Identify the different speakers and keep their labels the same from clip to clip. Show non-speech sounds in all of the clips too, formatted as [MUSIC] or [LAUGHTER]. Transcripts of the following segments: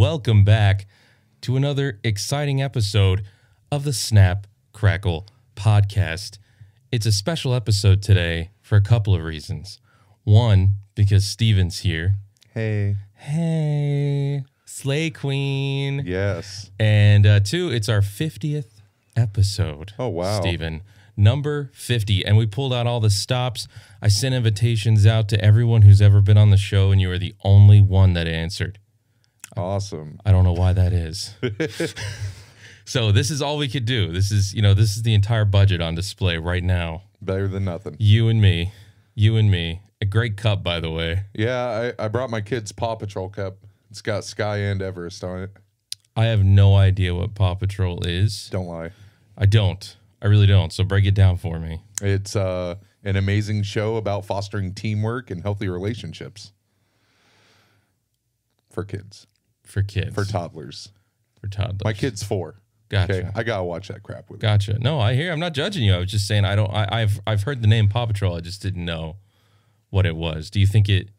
Speaker 1: welcome back to another exciting episode of the Snap Crackle podcast. It's a special episode today for a couple of reasons. One, because Steven's here.
Speaker 2: Hey.
Speaker 1: Hey, Slay Queen.
Speaker 2: Yes.
Speaker 1: And uh, two, it's our 50th episode.
Speaker 2: Oh, wow.
Speaker 1: Steven. Number 50. And we pulled out all the stops. I sent invitations out to everyone who's ever been on the show, and you are the only one that answered.
Speaker 2: Awesome.
Speaker 1: I don't know why that
Speaker 2: [LAUGHS]
Speaker 1: is. so this is all we could do. This is, you know, this is the entire budget on display right now.
Speaker 2: Better than nothing.
Speaker 1: You and me. You and me. A great cup, by the way.
Speaker 2: Yeah, I, I brought my kids' Paw Patrol cup. It's got Sky and Everest on it.
Speaker 1: I have no idea what Paw Patrol is.
Speaker 2: Don't lie.
Speaker 1: I don't. I really don't. So break it down for me.
Speaker 2: It's uh, an amazing show about fostering teamwork and healthy relationships for kids,
Speaker 1: For kids.
Speaker 2: for toddlers.
Speaker 1: for toddlers.
Speaker 2: My kid's four.
Speaker 1: Gotcha.
Speaker 2: I gotta watch that crap with. 'em.
Speaker 1: Gotcha. No, I hear. I'm not judging you. I was just saying I don't. I, I've I've heard the name Paw Patrol. I just didn't know what it was. Do you think it?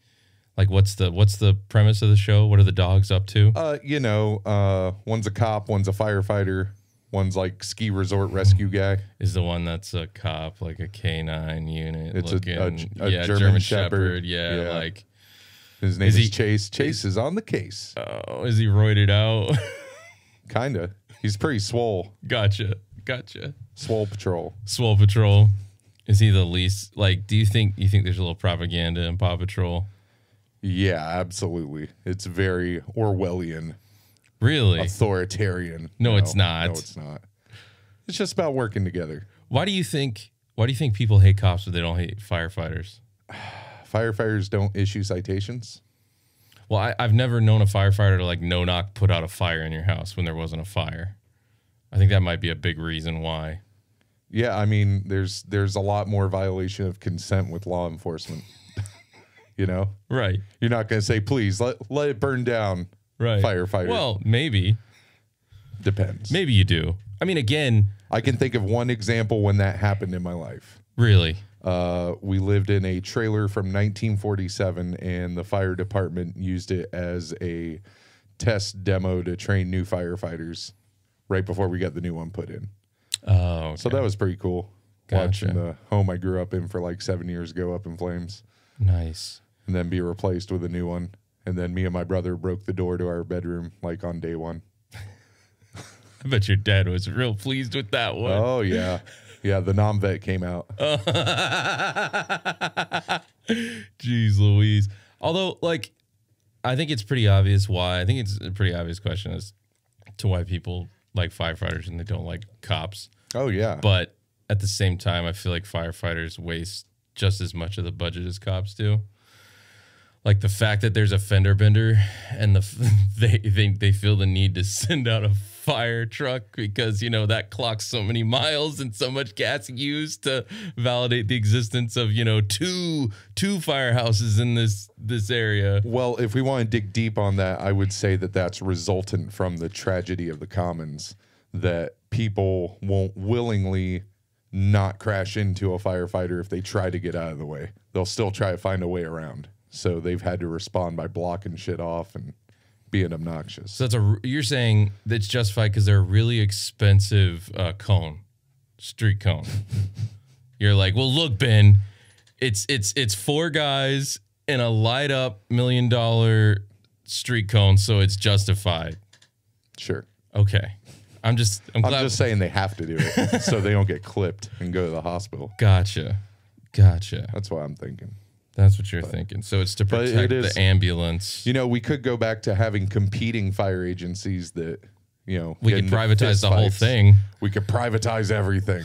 Speaker 1: Like, what's the what's the premise of the show? What are the dogs up to?
Speaker 2: Uh, you know, uh, one's a cop, one's a firefighter, one's like ski resort rescue guy.
Speaker 1: Is the one that's a cop, like a canine unit
Speaker 2: It's a- a
Speaker 1: looking,
Speaker 2: G- a
Speaker 1: yeah,
Speaker 2: German
Speaker 1: German,
Speaker 2: Shepherd.
Speaker 1: Shepherd. Yeah,
Speaker 2: Yeah.
Speaker 1: like,
Speaker 2: His name
Speaker 1: Is
Speaker 2: is,
Speaker 1: he-
Speaker 2: Chase. Chase is on the case.
Speaker 1: oh, is he roided out? [LAUGHS]
Speaker 2: Kinda. He's pretty swole.
Speaker 1: gotcha, gotcha.
Speaker 2: Swole Patrol.
Speaker 1: Swole Patrol. Is he the least? Like, do you think you think there's a little propaganda in Paw Patrol?
Speaker 2: Yeah, absolutely. It's very Orwellian,
Speaker 1: Really?
Speaker 2: authoritarian.
Speaker 1: No,
Speaker 2: you
Speaker 1: it's
Speaker 2: know?
Speaker 1: not.
Speaker 2: No, it's not. It's just about working together.
Speaker 1: Why do you think? Why do you think people hate cops, but they don't hate firefighters?
Speaker 2: Firefighters don't issue citations.
Speaker 1: Well, I, I've never known a firefighter to like no knock put out a fire in your house when there wasn't a fire. I think that might be a big reason why.
Speaker 2: Yeah, I mean, there's there's a lot more violation of consent with law enforcement. [LAUGHS] you know,
Speaker 1: Right.
Speaker 2: you're not going to say, "Please let let it burn down."
Speaker 1: Right.
Speaker 2: Firefighter.
Speaker 1: Well, maybe.
Speaker 2: Depends.
Speaker 1: Maybe you do. I mean, again,
Speaker 2: I can think of one example when that happened in my life.
Speaker 1: really.
Speaker 2: Uh, we lived in a trailer from 1947, and the fire department used it as a test demo to train new firefighters right before we got the new one put in.
Speaker 1: Oh,
Speaker 2: So that was pretty cool.
Speaker 1: Gotcha.
Speaker 2: Watching the home I grew up in for like seven years go up in flames
Speaker 1: nice.
Speaker 2: and then be replaced with a new one. And then me and my brother broke the door to our bedroom like on day one.
Speaker 1: I bet your dad was real pleased with that one.
Speaker 2: Oh, yeah. Yeah, the nom vet came out.
Speaker 1: Uh, Oh. [LAUGHS] Jeez Louise. Although, like, I think it's pretty obvious why. I think it's a pretty obvious question as to why people like firefighters and they don't like cops.
Speaker 2: Oh, yeah.
Speaker 1: But at the same time, I feel like firefighters waste just as much of the budget as cops do. Like the fact that there's a fender bender and the [LAUGHS] f- they they, they feel the need to send out a fire truck because you know that clocks so many miles and so much gas used to validate the existence of you know two two firehouses in this this area.
Speaker 2: Well, if we want to dig deep on that, I would say that that's resultant from the tragedy of the commons that people won't willingly not crash into a firefighter if they try to get out of the way. They'll still try to find a way around. So they've had to respond by blocking shit off and being obnoxious.
Speaker 1: So that's a you're saying that's justified because they're a really expensive uh, cone, street
Speaker 2: [LAUGHS]
Speaker 1: cone. you're like, well, look, Ben, it's it's it's four guys in a light up million dollar street cone, so it's justified.
Speaker 2: Sure.
Speaker 1: Okay, I'm just I'm
Speaker 2: I'm
Speaker 1: glad.
Speaker 2: just saying they have to do
Speaker 1: [LAUGHS]
Speaker 2: it so they don't get clipped and go to the hospital.
Speaker 1: gotcha, gotcha.
Speaker 2: That's what I'm thinking.
Speaker 1: That's what you're thinking. So it's to
Speaker 2: it
Speaker 1: protect
Speaker 2: is-
Speaker 1: the ambulance.
Speaker 2: You know, we could go back to having competing fire agencies that, you know,
Speaker 1: We
Speaker 2: get
Speaker 1: could
Speaker 2: into
Speaker 1: privatize the whole
Speaker 2: fistfights.
Speaker 1: thing.
Speaker 2: We could privatize everything.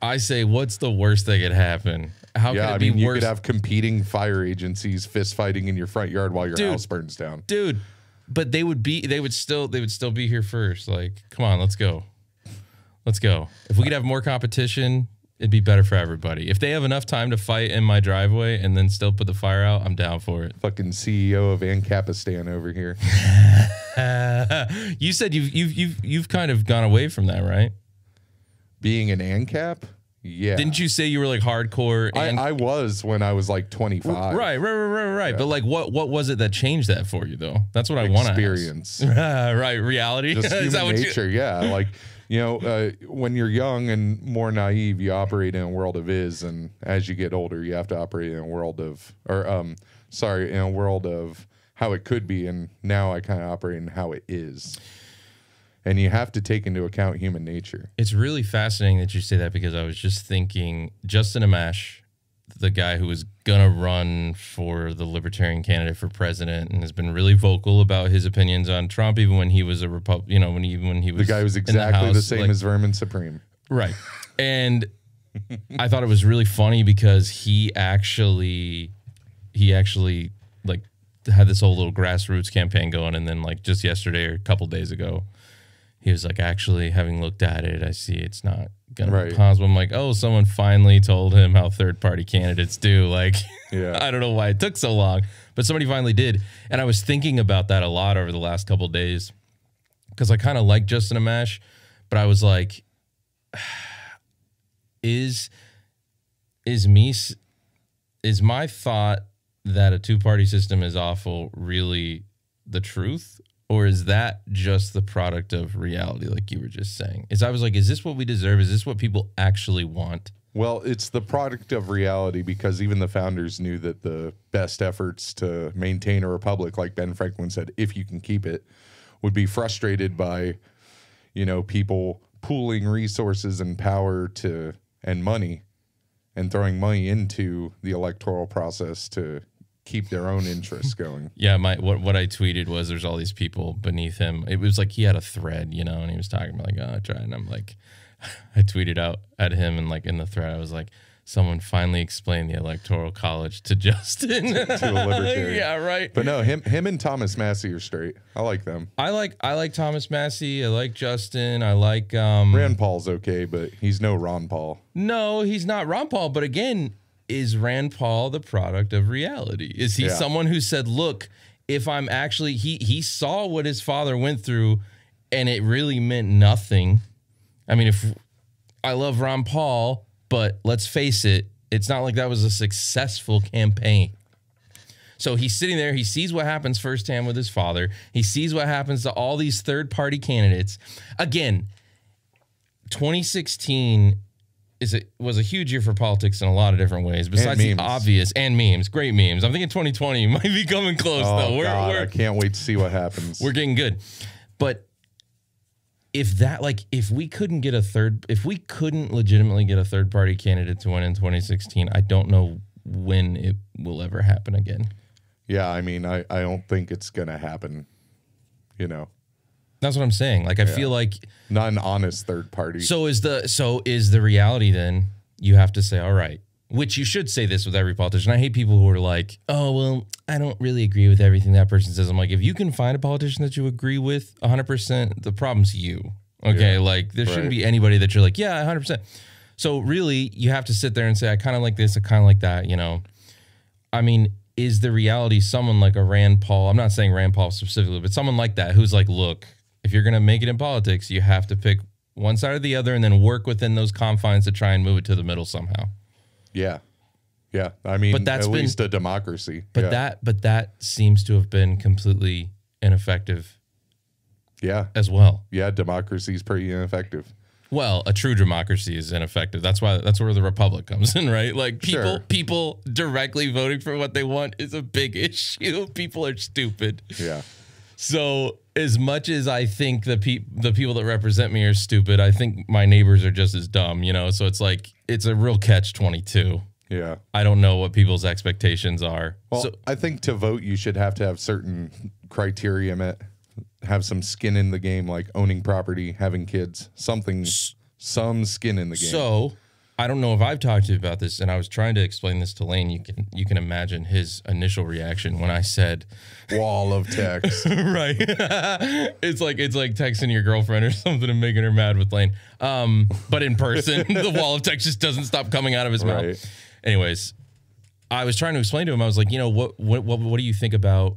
Speaker 1: I say, what's the worst that could happen? How
Speaker 2: Yeah,
Speaker 1: could it
Speaker 2: I
Speaker 1: be
Speaker 2: mean, you
Speaker 1: worse?
Speaker 2: could have competing fire agencies fist fighting in your front yard while your
Speaker 1: Dude.
Speaker 2: house burns down.
Speaker 1: dude. But they would be. They would still. They would still be here first. Like, come on, let's go, let's go. If we could have more competition, it'd be better for everybody. If they have enough time to fight in my driveway and then still put the fire out, I'm down for it.
Speaker 2: Fucking CEO of Ancapistan over here.
Speaker 1: You said you've you've you've you've kind of gone away from that, right?
Speaker 2: Being an ANCAP? Yeah.
Speaker 1: Didn't you say you were like hardcore? And,
Speaker 2: I, I was when I was like 25.
Speaker 1: right, right, right, right, right. But like, what what was it that changed that for you though? That's what I want to
Speaker 2: Experience.
Speaker 1: [LAUGHS] right, reality. [LAUGHS]
Speaker 2: Just
Speaker 1: Is that
Speaker 2: human
Speaker 1: what you- [LAUGHS]
Speaker 2: nature. yeah. Like, you know, uh, when you're young and more naive, you operate in a world of is. And as you get older, you have to operate in a world of, or, um, sorry, in a world of how it could be. And now I kind of operate in how it is. And you have to take into account human nature.
Speaker 1: It's really fascinating that you say that because I was just thinking Justin Amash, the guy who was gonna run for the libertarian candidate for president and has been really vocal about his opinions on Trump, even when he was a Repub, you know, when he, even when he
Speaker 2: The
Speaker 1: was
Speaker 2: guy was
Speaker 1: in
Speaker 2: exactly the,
Speaker 1: House,
Speaker 2: same
Speaker 1: like-
Speaker 2: as Vermin Supreme.
Speaker 1: Right. And I thought it was really funny because he actually he actually like had this whole little grassroots campaign going and then like just yesterday or a couple days ago he was like actually having looked at it I see it's not gonna
Speaker 2: Right.
Speaker 1: be possible. I'm like, oh someone finally told him how third party candidates do. Like [LAUGHS]
Speaker 2: Yeah.
Speaker 1: I don't know why it took so long, but somebody finally did. And I was thinking about that a lot over the last couple days because I kind of like Justin Amash, but I was like, [SIGHS] is is me s- is my thought that a two party system is awful really the truth, or is that just the product of reality, like you were just saying? Is I was like, is this what we deserve? Is this what people actually want?
Speaker 2: Well, it's the product of reality because even the founders knew that the best efforts to maintain a republic, like Ben Franklin said, if you can keep it, would be frustrated by, you know, people pooling resources and power to and money and throwing money into the electoral process to keep their own
Speaker 1: [LAUGHS]
Speaker 2: interests going.
Speaker 1: Yeah, my what what I tweeted was there's all these people beneath him. It was like he had a thread, you know, and he was talking about like, oh, I tried, and I'm like, [LAUGHS] I tweeted out at him and like in the thread, I was like, someone finally explained the electoral college to [LAUGHS] Justin.
Speaker 2: a
Speaker 1: [LAUGHS]
Speaker 2: libertarian.
Speaker 1: yeah, right.
Speaker 2: But no, him him and Thomas Massey are straight. I like them.
Speaker 1: I like I like Thomas Massey. I like Justin. I like um.
Speaker 2: Rand Paul's okay, but he's no Ron Paul.
Speaker 1: No, he's not Ron Paul. But again, is Rand Paul the product of reality? Is he
Speaker 2: Yeah.
Speaker 1: someone who said, "Look, if I'm actually he he saw what his father went through, and it really meant nothing." I mean, if I love Ron Paul, but let's face it, it's not like that was a successful campaign. So he's sitting there, he sees what happens firsthand with his father. He sees what happens to all these third party candidates. Again, 2016 is a, was a huge year for politics in a lot of different ways, besides the
Speaker 2: memes.
Speaker 1: obvious and memes, great memes. I'm thinking 2020 [LAUGHS] might be coming close
Speaker 2: Oh,
Speaker 1: though. We're,
Speaker 2: God,
Speaker 1: we're,
Speaker 2: I can't wait to see what happens.
Speaker 1: we're getting good. But if that like if we couldn't get a third if we couldn't legitimately get a third party candidate to win in 2016, I don't know when it will ever happen again.
Speaker 2: Yeah, I mean, I, I don't think it's going to happen. You know,
Speaker 1: That's what I'm saying. Like I feel like
Speaker 2: not an honest third party.
Speaker 1: so is the so is the reality then you have to say all right, which you should say this with every politician. I hate people who are like, "Oh, well, I don't really agree with everything that person says." I'm like, "If you can find a politician that you agree with 100%, the problem's you." Okay? Like there shouldn't
Speaker 2: Right.
Speaker 1: be anybody that you're like, "Yeah, 100%." So really, you have to sit there and say, "I kind of like this, I kind of like that," you know. I mean, is the reality someone like a Rand Paul? I'm not saying Rand Paul specifically, but someone like that who's like, look, if you're going to make it in politics, you have to pick one side or the other and then work within those confines to try and move it to the middle somehow.
Speaker 2: yeah. Yeah. I mean,
Speaker 1: But that's
Speaker 2: at
Speaker 1: been-
Speaker 2: least a democracy.
Speaker 1: But
Speaker 2: yeah.
Speaker 1: that but that seems to have been completely ineffective
Speaker 2: yeah.
Speaker 1: as well.
Speaker 2: Yeah. Democracy is pretty ineffective.
Speaker 1: Well, a true democracy is ineffective. That's why that's where the republic comes in, right? Like people
Speaker 2: Sure.
Speaker 1: people directly voting for what they want is a big [LAUGHS] issue. People are stupid.
Speaker 2: Yeah.
Speaker 1: So as much as I think the pe- the people that represent me are stupid, I think my neighbors are just as dumb, you know. So it's like it's a real catch twenty two.
Speaker 2: Yeah.
Speaker 1: I don't know what people's expectations are.
Speaker 2: Well,
Speaker 1: so
Speaker 2: I think to vote, you should have to have certain criteria, met, have some skin in the game, like owning property, having kids, something, some skin in the game.
Speaker 1: so I don't know if I've talked to you about this, and I was trying to explain this to Lane. You can you can imagine his initial reaction when I said,
Speaker 2: Wall
Speaker 1: [LAUGHS]
Speaker 2: of text.
Speaker 1: right? it's like it's like texting your girlfriend or [LAUGHS] something and making her mad with Lane. Um, but in person, [LAUGHS] the wall of text just doesn't stop coming out of his
Speaker 2: Right.
Speaker 1: mouth. Anyways, I was trying to explain to him. I was like, you know, what what what, what do you think about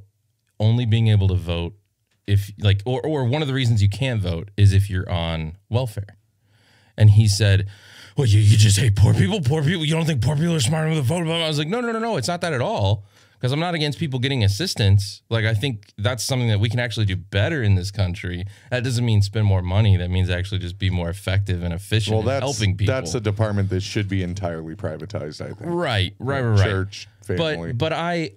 Speaker 1: only being able to vote if like or or one of the reasons you can't vote is if you're on welfare. And he said, well, you, you just hate poor people. Poor people. You don't think poor people are smart enough to vote? Blah, blah. I was like, no, no, no, no. It's not that at all. Because I'm not against people getting assistance. Like I think that's something that we can actually do better in this country. That doesn't mean spend more money. That means actually just be more effective and efficient.
Speaker 2: Well,
Speaker 1: in
Speaker 2: that's
Speaker 1: helping people.
Speaker 2: that's a department that should be entirely privatized. I think
Speaker 1: right, right, right, right.
Speaker 2: church, family.
Speaker 1: But but I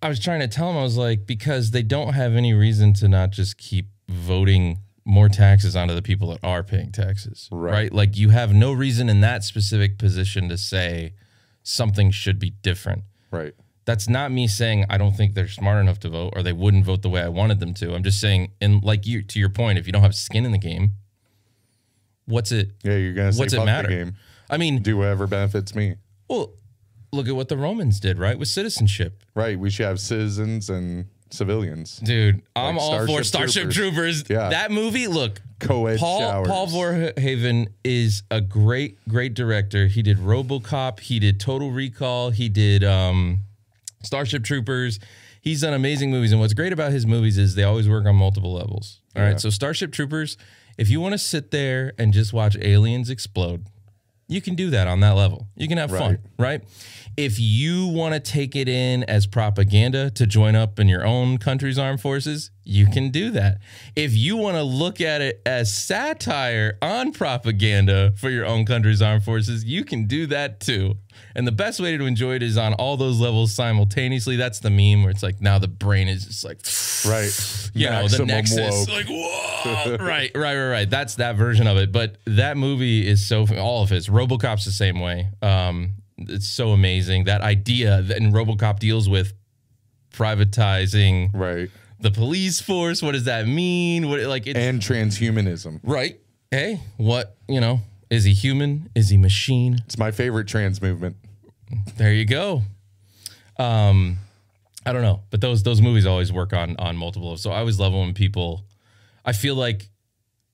Speaker 1: I was trying to tell him I was like because they don't have any reason to not just keep voting more taxes onto the people that are paying taxes.
Speaker 2: Right.
Speaker 1: Like you have no reason in that specific position to say something should be different.
Speaker 2: right.
Speaker 1: That's not me saying I don't think they're smart enough to vote or they wouldn't vote the way I wanted them to. I'm just saying and like you to your point if you don't have skin in the game what's it
Speaker 2: Yeah, you're gonna say
Speaker 1: what's
Speaker 2: fuck
Speaker 1: it matter?
Speaker 2: the game.
Speaker 1: I mean,
Speaker 2: Do whatever benefits me.
Speaker 1: well, look at what the Romans did, right? With citizenship.
Speaker 2: Right. We should have citizens and civilians.
Speaker 1: Dude, I'm
Speaker 2: Like
Speaker 1: all for
Speaker 2: Starship
Speaker 1: Starship Troopers.
Speaker 2: Yeah.
Speaker 1: That movie, look,
Speaker 2: Co-ed
Speaker 1: Paul
Speaker 2: showers.
Speaker 1: Paul Verhoeven is a great great director. He did RoboCop, he did Total Recall, he did um, Starship Troopers. He's done amazing movies and what's great about his movies is they always work on multiple levels. All right,
Speaker 2: Yeah.
Speaker 1: So Starship Troopers, if you want to sit there and just watch aliens explode, you can do that on that level. You can have fun, right? If you want to take it in as propaganda to join up in your own country's armed forces, you can do that. If you want to look at it as satire on propaganda for your own country's armed forces, you can do that too. And the best way to enjoy it is on all those levels simultaneously. That's the meme where it's like now the brain is just like
Speaker 2: Right.
Speaker 1: you know, the
Speaker 2: Maximum
Speaker 1: Nexus.
Speaker 2: woke.
Speaker 1: Like, whoa. [LAUGHS] right, right, right, right. That's that version of it. But that movie is so, all of his. Robocop's the same way. Um, it's so amazing. That idea that, and Robocop deals with privatizing
Speaker 2: Right.
Speaker 1: the police force. What does that mean? What, like, it's,
Speaker 2: And transhumanism.
Speaker 1: right. Hey, what, you know, is he human? Is he machine?
Speaker 2: It's my favorite trans movement.
Speaker 1: There you go. Um, I don't know, but those those movies always work on on multiple. So I always love when people. I feel like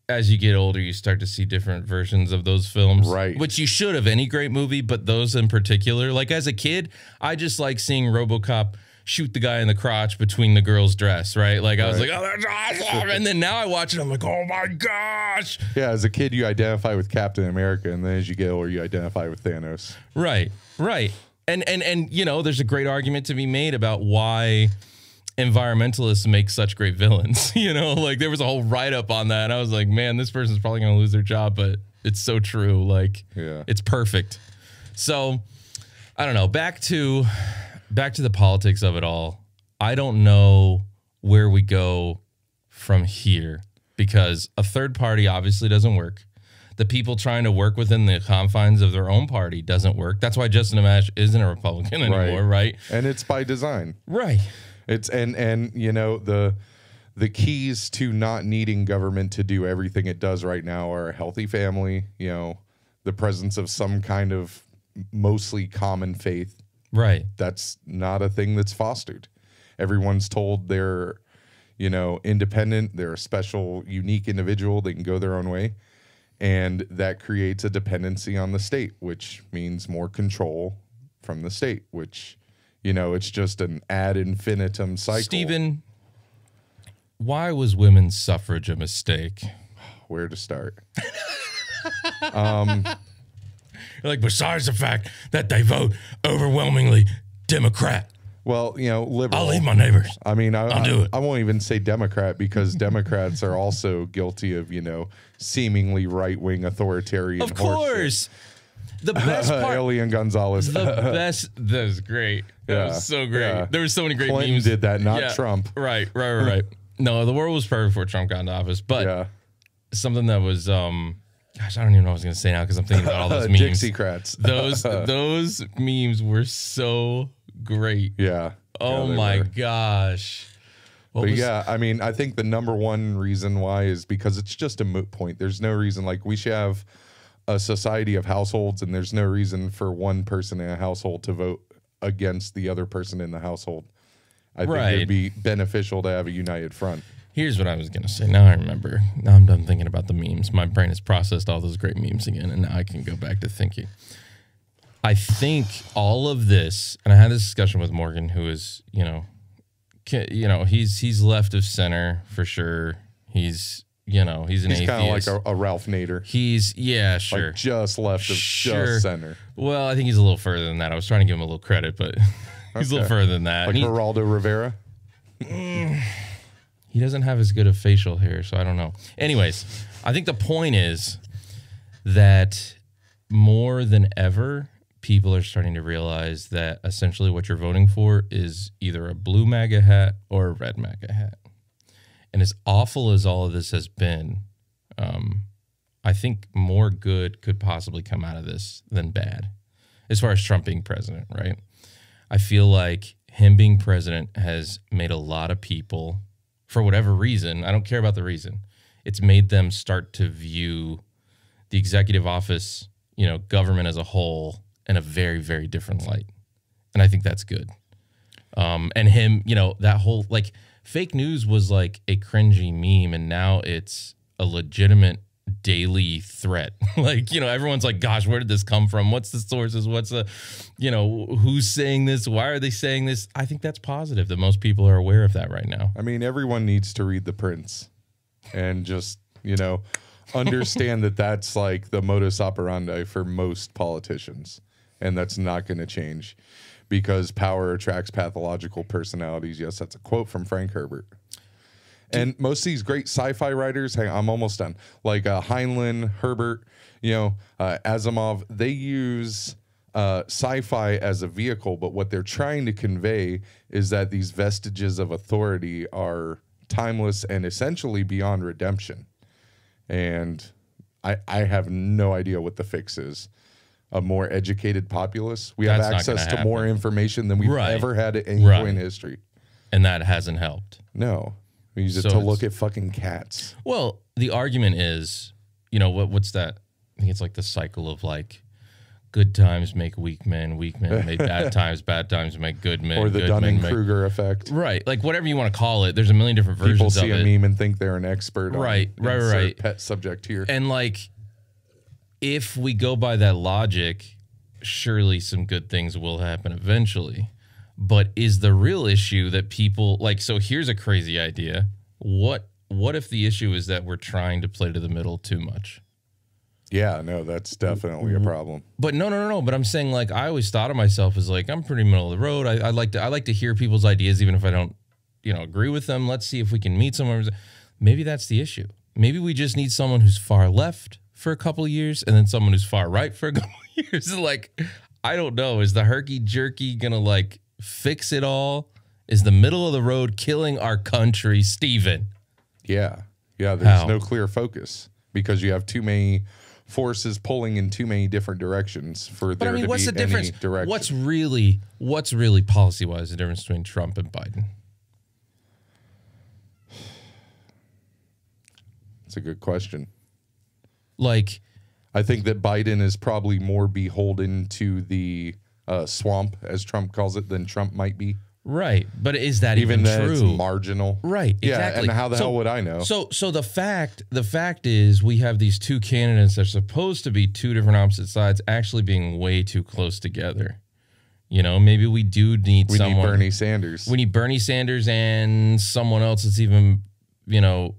Speaker 1: as you get older, you start to see different versions of those films,
Speaker 2: Right.
Speaker 1: Which you should of any great movie, but those in particular. Like as a kid, I just like seeing RoboCop shoot the guy in the crotch between the girl's dress, right? Like I was
Speaker 2: Right.
Speaker 1: like, oh, that's awesome. and then now I watch it, I'm like, oh my gosh,
Speaker 2: Yeah, as a kid you identify with Captain America and then as you get older you identify with Thanos.
Speaker 1: Right, right. And and and you know, there's a great argument to be made about why environmentalists make such great villains. [LAUGHS] You know, like there was a whole write up on that, and I was like, man, this person's probably gonna lose their job, but it's so true. Like,
Speaker 2: Yeah.
Speaker 1: it's perfect. So, I don't know. Back to back to the politics of it all. I don't know where we go from here because a third party obviously doesn't work. The people trying to work within the confines of their own party doesn't work. That's why Justin Amash isn't a Republican anymore, right?
Speaker 2: And it's by design.
Speaker 1: Right.
Speaker 2: It's and and you know the the keys to not needing government to do everything it does right now are a healthy family, you know, the presence of some kind of mostly common faith
Speaker 1: Right.
Speaker 2: that's not a thing that's fostered. Everyone's told they're, you know, independent, they're a special, unique individual, they can go their own way. And that creates a dependency on the state, which means more control from the state, which, you know, it's just an ad infinitum cycle.
Speaker 1: Stephen, why was women's suffrage a mistake?
Speaker 2: Where to start?
Speaker 1: Like, besides the fact that they vote overwhelmingly Democrat,
Speaker 2: Well, you know, liberal.
Speaker 1: I'll leave my neighbors.
Speaker 2: I mean, I,
Speaker 1: I'll do it.
Speaker 2: I, won't even say Democrat because [LAUGHS] Democrats are also guilty of, you know, seemingly right wing authoritarian.
Speaker 1: Of
Speaker 2: horseshit.
Speaker 1: course.
Speaker 2: [LAUGHS]
Speaker 1: The [LAUGHS] best part.
Speaker 2: Elian
Speaker 1: [LAUGHS]
Speaker 2: Gonzalez.
Speaker 1: The best. That was great. That
Speaker 2: Yeah,
Speaker 1: was so great.
Speaker 2: yeah.
Speaker 1: There were so many great
Speaker 2: Clinton
Speaker 1: memes.
Speaker 2: did that, not
Speaker 1: Yeah.
Speaker 2: Trump.
Speaker 1: Right, right, right,
Speaker 2: [LAUGHS]
Speaker 1: right. no, the world was perfect before Trump got into office. But
Speaker 2: Yeah.
Speaker 1: something that was, um, gosh, I don't even know what I was going to say now because I'm thinking about all
Speaker 2: Uh, [LAUGHS]
Speaker 1: those memes. [LAUGHS]
Speaker 2: Dixiecrats.
Speaker 1: Those those memes were so great.
Speaker 2: yeah.
Speaker 1: Oh
Speaker 2: Yeah, they
Speaker 1: my
Speaker 2: were.
Speaker 1: gosh. What
Speaker 2: But
Speaker 1: was-
Speaker 2: yeah, I mean, I think the number one reason why is because it's just a moot point. There's no reason like we should have a society of households and there's no reason for one person in a household to vote against the other person in the household. I think
Speaker 1: Right.
Speaker 2: it'd be beneficial to have a united front.
Speaker 1: Here's what I was gonna say. Now I remember. Now I'm done thinking about the memes. My brain has processed all those great memes again, and now I can go back to thinking. I think all of this, and I had this discussion with Morgan, who is, you know, ca- you know, he's he's left of center for sure. He's you know, he's an
Speaker 2: He's kind of like
Speaker 1: atheist.
Speaker 2: a, a Ralph Nader,
Speaker 1: he's yeah, sure.
Speaker 2: like just left of
Speaker 1: Sure.
Speaker 2: just center,
Speaker 1: well, I think he's a little further than that. I was trying to give him a little credit, but [LAUGHS] he's a little
Speaker 2: Okay.
Speaker 1: further than that.
Speaker 2: like
Speaker 1: And he,
Speaker 2: Geraldo Rivera.
Speaker 1: he doesn't have as good of facial hair, so I don't know. Anyways, I think the point is that more than ever, people are starting to realize that essentially what you're voting for is either a blue MAGA hat or a red MAGA hat. And as awful as all of this has been, um, I think more good could possibly come out of this than bad, as far as Trump being president, right? I feel like him being president has made a lot of people, for whatever reason, I don't care about the reason, it's made them start to view the executive office, you know, government as a whole in a very, very different light. And I think that's good. Um, and him, you know, that whole like fake news was like a cringy meme, and now it's a legitimate daily threat. [LAUGHS] like, you know, everyone's like, gosh, where did this come from? What's the sources? What's the, you know, who's saying this? Why are they saying this? I think that's positive that most people are aware of that right now.
Speaker 2: I mean, everyone needs to read the prints and just, you know, understand that that's like the modus operandi for most politicians. And that's not going to change because power attracts pathological personalities. Yes, that's a quote from Frank Herbert. And most of these great sci-fi writers, hang, I'm almost done. Like uh, Heinlein, Herbert, you know, uh, Asimov, they use uh, sci-fi as a vehicle, but what they're trying to convey is that these vestiges of authority are timeless and essentially beyond redemption. And I, I have no idea what the fix is. A more educated populace. We have
Speaker 1: That's not
Speaker 2: access
Speaker 1: gonna
Speaker 2: to more information than we've
Speaker 1: Right.
Speaker 2: ever had at any point
Speaker 1: Right.
Speaker 2: in history.
Speaker 1: And that hasn't helped.
Speaker 2: No. We use it
Speaker 1: So
Speaker 2: to
Speaker 1: it's-
Speaker 2: look at fucking cats.
Speaker 1: Well, the argument is, you know, what what's that? I think it's like the cycle of like good times make weak men, weak men make
Speaker 2: [LAUGHS]
Speaker 1: bad times, bad times make good men,
Speaker 2: Or the
Speaker 1: good men
Speaker 2: Dunning
Speaker 1: make-
Speaker 2: Kruger effect.
Speaker 1: right? Like whatever you want to call it. There's a million different versions
Speaker 2: People see
Speaker 1: of
Speaker 2: a
Speaker 1: it.
Speaker 2: meme and think they're an expert. on
Speaker 1: Right, right,
Speaker 2: insert
Speaker 1: right.
Speaker 2: Pet subject here.
Speaker 1: And like, if we go by that logic, surely some good things will happen eventually. But is the real issue that people like? So here's a crazy idea. What what if the issue is that we're trying to play to the middle too much?
Speaker 2: yeah, no, that's definitely
Speaker 1: Mm.
Speaker 2: a problem.
Speaker 1: But no, no, no, no. But I'm saying like I always thought of myself as like I'm pretty middle of the road. I, I like to I like to hear people's ideas even if I don't, you know, agree with them. Let's see if we can meet somewhere. Maybe that's the issue. Maybe we just need someone who's far left for a couple of years and then someone who's far right for a [LAUGHS] couple of years. Like I don't know. Is the herky jerky gonna like fix it all? Is the middle of the road killing our country, Steven?
Speaker 2: Yeah. Yeah, there's
Speaker 1: How?
Speaker 2: no clear focus because you have too many forces pulling in too many different directions for
Speaker 1: But
Speaker 2: there
Speaker 1: I mean,
Speaker 2: to
Speaker 1: what's
Speaker 2: be
Speaker 1: the difference?
Speaker 2: any direction.
Speaker 1: What's really what's really policy wise the difference between Trump and Biden?
Speaker 2: It's a good question.
Speaker 1: Like
Speaker 2: I think that Biden is probably more beholden to the uh, swamp, as Trump calls it, than Trump might be.
Speaker 1: Right, but is that even,
Speaker 2: Even then, it's
Speaker 1: true?
Speaker 2: marginal.
Speaker 1: right,
Speaker 2: Yeah,
Speaker 1: exactly.
Speaker 2: and how the
Speaker 1: so,
Speaker 2: hell would I know?
Speaker 1: So, so the fact the fact is, we have these two candidates that are supposed to be two different opposite sides, actually being way too close together. You know, maybe we do need
Speaker 2: we
Speaker 1: someone.
Speaker 2: need Bernie Sanders.
Speaker 1: We need Bernie Sanders and someone else that's even, you know,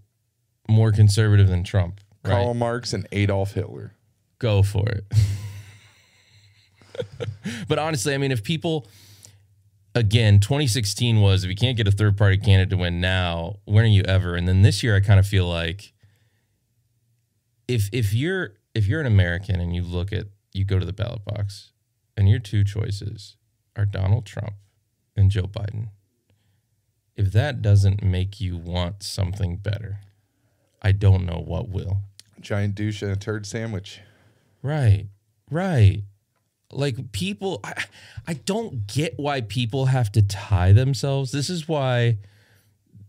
Speaker 1: more conservative than Trump. Right?
Speaker 2: Karl Marx and Adolf Hitler.
Speaker 1: go for it. [LAUGHS] but honestly, I mean, if people, again, 2016 was if you can't get a third party candidate to win now, when are you ever? And then this year, I kind of feel like if if you're if you're an American and you look at you go to the ballot box and your two choices are Donald Trump and Joe Biden. If that doesn't make you want something better, I don't know what will.
Speaker 2: Giant douche and a turd sandwich.
Speaker 1: Right. Right. Like people I, I don't get why people have to tie themselves. This is why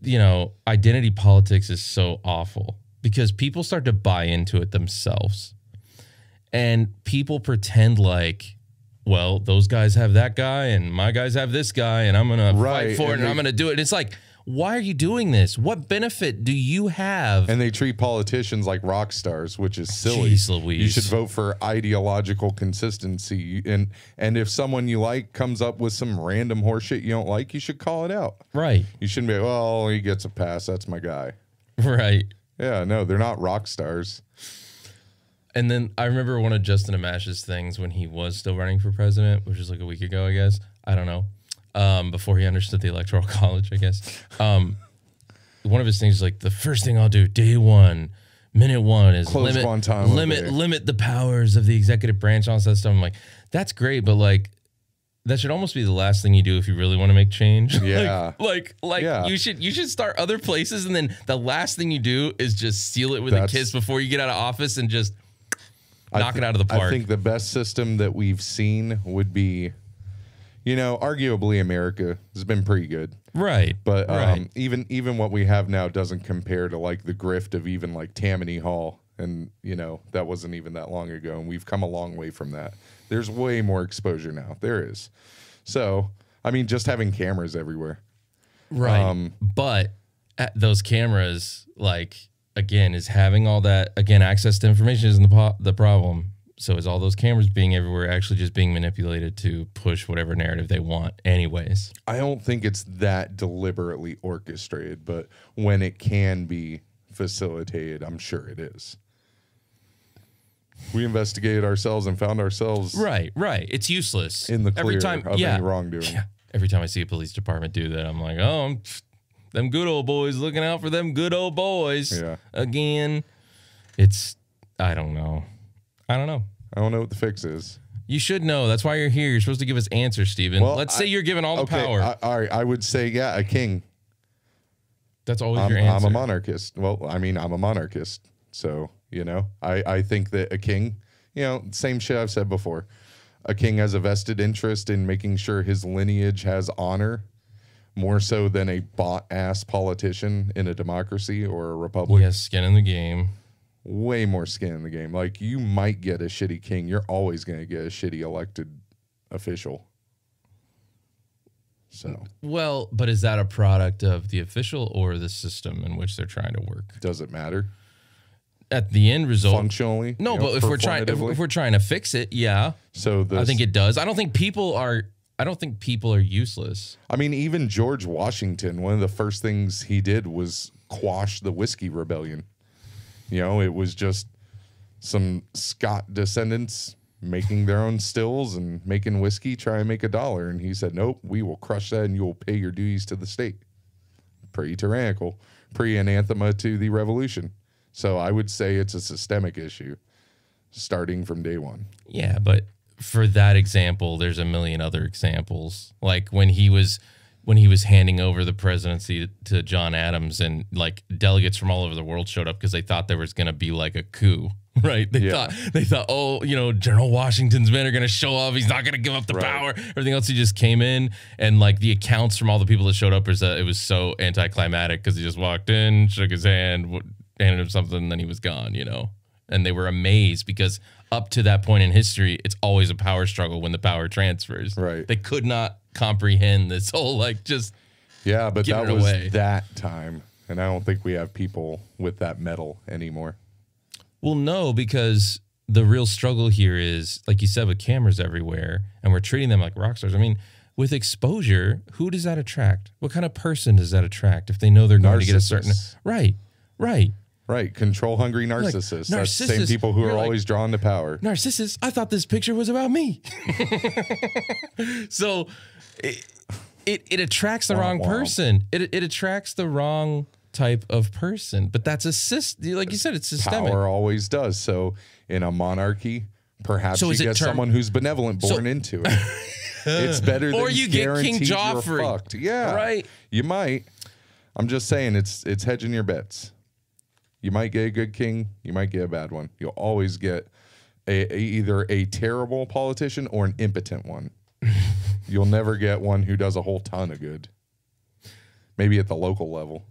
Speaker 1: you know, identity politics is so awful because people start to buy into it themselves. And people pretend like well, those guys have that guy and my guys have this guy and I'm going to fight
Speaker 2: Right,
Speaker 1: for it and
Speaker 2: and they-
Speaker 1: I'm going to do it. It's like why are you doing this? What benefit do you have?
Speaker 2: And they treat politicians like rock stars, which is silly.
Speaker 1: Jeez Louise.
Speaker 2: You should vote for ideological consistency. And and if someone you like comes up with some random horseshit you don't like, you should call it out.
Speaker 1: right. [LAUGHS]
Speaker 2: You shouldn't be, well, he gets a pass. That's my guy.
Speaker 1: Right.
Speaker 2: Yeah, no, they're not rock stars.
Speaker 1: And then I remember one of Justin Amash's things when he was still running for president, which is like a week ago, I guess. I don't know. Um, before he understood the electoral [LAUGHS] college, I guess. Um, one of his things is like the first thing I'll do day one, minute one is
Speaker 2: Close
Speaker 1: limit
Speaker 2: Guantanamo
Speaker 1: limit
Speaker 2: Bay.
Speaker 1: limit the powers of the executive branch, all that stuff. I'm like, that's great, but like that should almost be the last thing you do if you really want to make change. [LAUGHS] Like-
Speaker 2: Yeah.
Speaker 1: like like,
Speaker 2: Yeah.
Speaker 1: you should you should start other places and then the last thing you do is just seal it with
Speaker 2: That's-
Speaker 1: a kiss before you get out of office and just knock
Speaker 2: thi-
Speaker 1: it out of the park.
Speaker 2: I think the best system that we've seen would be, you know, arguably America has been pretty good,
Speaker 1: right.
Speaker 2: but um,
Speaker 1: Right.
Speaker 2: even even what we have now doesn't compare to like the grift of even like Tammany Hall, and you know that wasn't even that long ago, and we've come a long way from that. There's way more exposure now. There is, so I mean, just having cameras everywhere.
Speaker 1: Right. but at those cameras, like again, is having all that again access to information isn't the po- the problem. So is all those cameras being everywhere actually just being manipulated to push whatever narrative they want, anyways?
Speaker 2: I don't think it's that deliberately orchestrated, but when it can be facilitated, I'm sure it is. We investigated ourselves and found ourselves
Speaker 1: Right. Right. It's useless
Speaker 2: in the clear
Speaker 1: every time.
Speaker 2: of
Speaker 1: yeah. [LAUGHS]
Speaker 2: any wrongdoing.
Speaker 1: Yeah. Every time I see a police department do that, I'm like, oh, I'm, them good old boys looking out for them good old boys.
Speaker 2: Yeah.
Speaker 1: Again, it's I don't know. I don't know.
Speaker 2: I don't know what the fix is.
Speaker 1: You should know. That's why you're here. You're supposed to give us answers, Steven.
Speaker 2: Well,
Speaker 1: Let's
Speaker 2: I-
Speaker 1: say you're given all the
Speaker 2: okay,
Speaker 1: power.
Speaker 2: I, all right. I would say, yeah, a king.
Speaker 1: That's always
Speaker 2: I'm,
Speaker 1: your
Speaker 2: I'm
Speaker 1: answer.
Speaker 2: a monarchist. Well, I mean, I'm a monarchist. So, you know, I, I think that a king, you know, same shit I've said before. A king has a vested interest in making sure his lineage has honor more so than a bought ass politician in a democracy or a republic.
Speaker 1: He has skin in the game.
Speaker 2: Way more skin in the game. Like, you might get a shitty king. You're always going to get a shitty elected official. So,
Speaker 1: Well, but is that a product of the official or the system in which they're trying to work?
Speaker 2: does it matter
Speaker 1: At the end result,
Speaker 2: functionally?
Speaker 1: no.
Speaker 2: you know,
Speaker 1: but if we're trying, if,
Speaker 2: performatively?
Speaker 1: if we're trying to fix it, yeah,
Speaker 2: so the
Speaker 1: I think it does. I don't think people are. I don't think people are useless.
Speaker 2: I mean, even George Washington, one of the first things he did was quash the whiskey rebellion. You know, it was just some Scot descendants making their own stills and making whiskey, try and make a dollar. And he said, Nope, we will crush that and you will pay your duties to the state. Pretty tyrannical, pretty anathema to the revolution. So I would say it's a systemic issue starting from day one.
Speaker 1: Yeah, but for that example, there's a million other examples. Like when he was when he was handing over the presidency to John Adams and like delegates from all over the world showed up because they thought there was gonna be like a coup. [LAUGHS] Right. They
Speaker 2: Yeah.
Speaker 1: thought they thought, oh, you know, General Washington's men are gonna show up. He's not gonna give up the
Speaker 2: Right.
Speaker 1: power. Everything else he just came in and like the accounts from all the people that showed up is that it was so anticlimactic because he just walked in, shook his hand, w- handed him something, and then he was gone, you know. And they were amazed because up to that point in history, it's always a power struggle when the power transfers.
Speaker 2: Right.
Speaker 1: They could not comprehend this whole like just
Speaker 2: Yeah, but
Speaker 1: giving
Speaker 2: that
Speaker 1: it
Speaker 2: was
Speaker 1: away.
Speaker 2: that time. And I don't think we have people with that metal anymore.
Speaker 1: Well, no, because the real struggle here is, like you said, with cameras everywhere, and we're treating them like rock stars. I mean, with exposure, who does that attract? What kind of person does that attract if they know they're going to get a certain
Speaker 2: Narcissists.
Speaker 1: right, right?
Speaker 2: Right. Control hungry narcissists. That's the same
Speaker 1: narcissists,
Speaker 2: people who
Speaker 1: you're
Speaker 2: are
Speaker 1: like-
Speaker 2: always drawn to power.
Speaker 1: Narcissus, I thought this picture was about me. [LAUGHS] so it, it it attracts the wrong
Speaker 2: womp.
Speaker 1: person. It it attracts the wrong type of person. But that's a system, like you said, it's systemic.
Speaker 2: Power always does. So in a monarchy, perhaps
Speaker 1: So
Speaker 2: you
Speaker 1: is it
Speaker 2: get
Speaker 1: term-
Speaker 2: someone who's benevolent born into it.
Speaker 1: [LAUGHS]
Speaker 2: it's better
Speaker 1: Or
Speaker 2: than
Speaker 1: you get King
Speaker 2: guaranteed you're
Speaker 1: Joffrey.
Speaker 2: fucked. Yeah.
Speaker 1: Right.
Speaker 2: You might. I'm just saying it's it's hedging your bets. You might get a good king, you might get a bad one. You'll always get a, a- either a terrible politician or an
Speaker 1: [LAUGHS]
Speaker 2: impotent one. You'll never get one who does a whole ton of good. Maybe at the local level.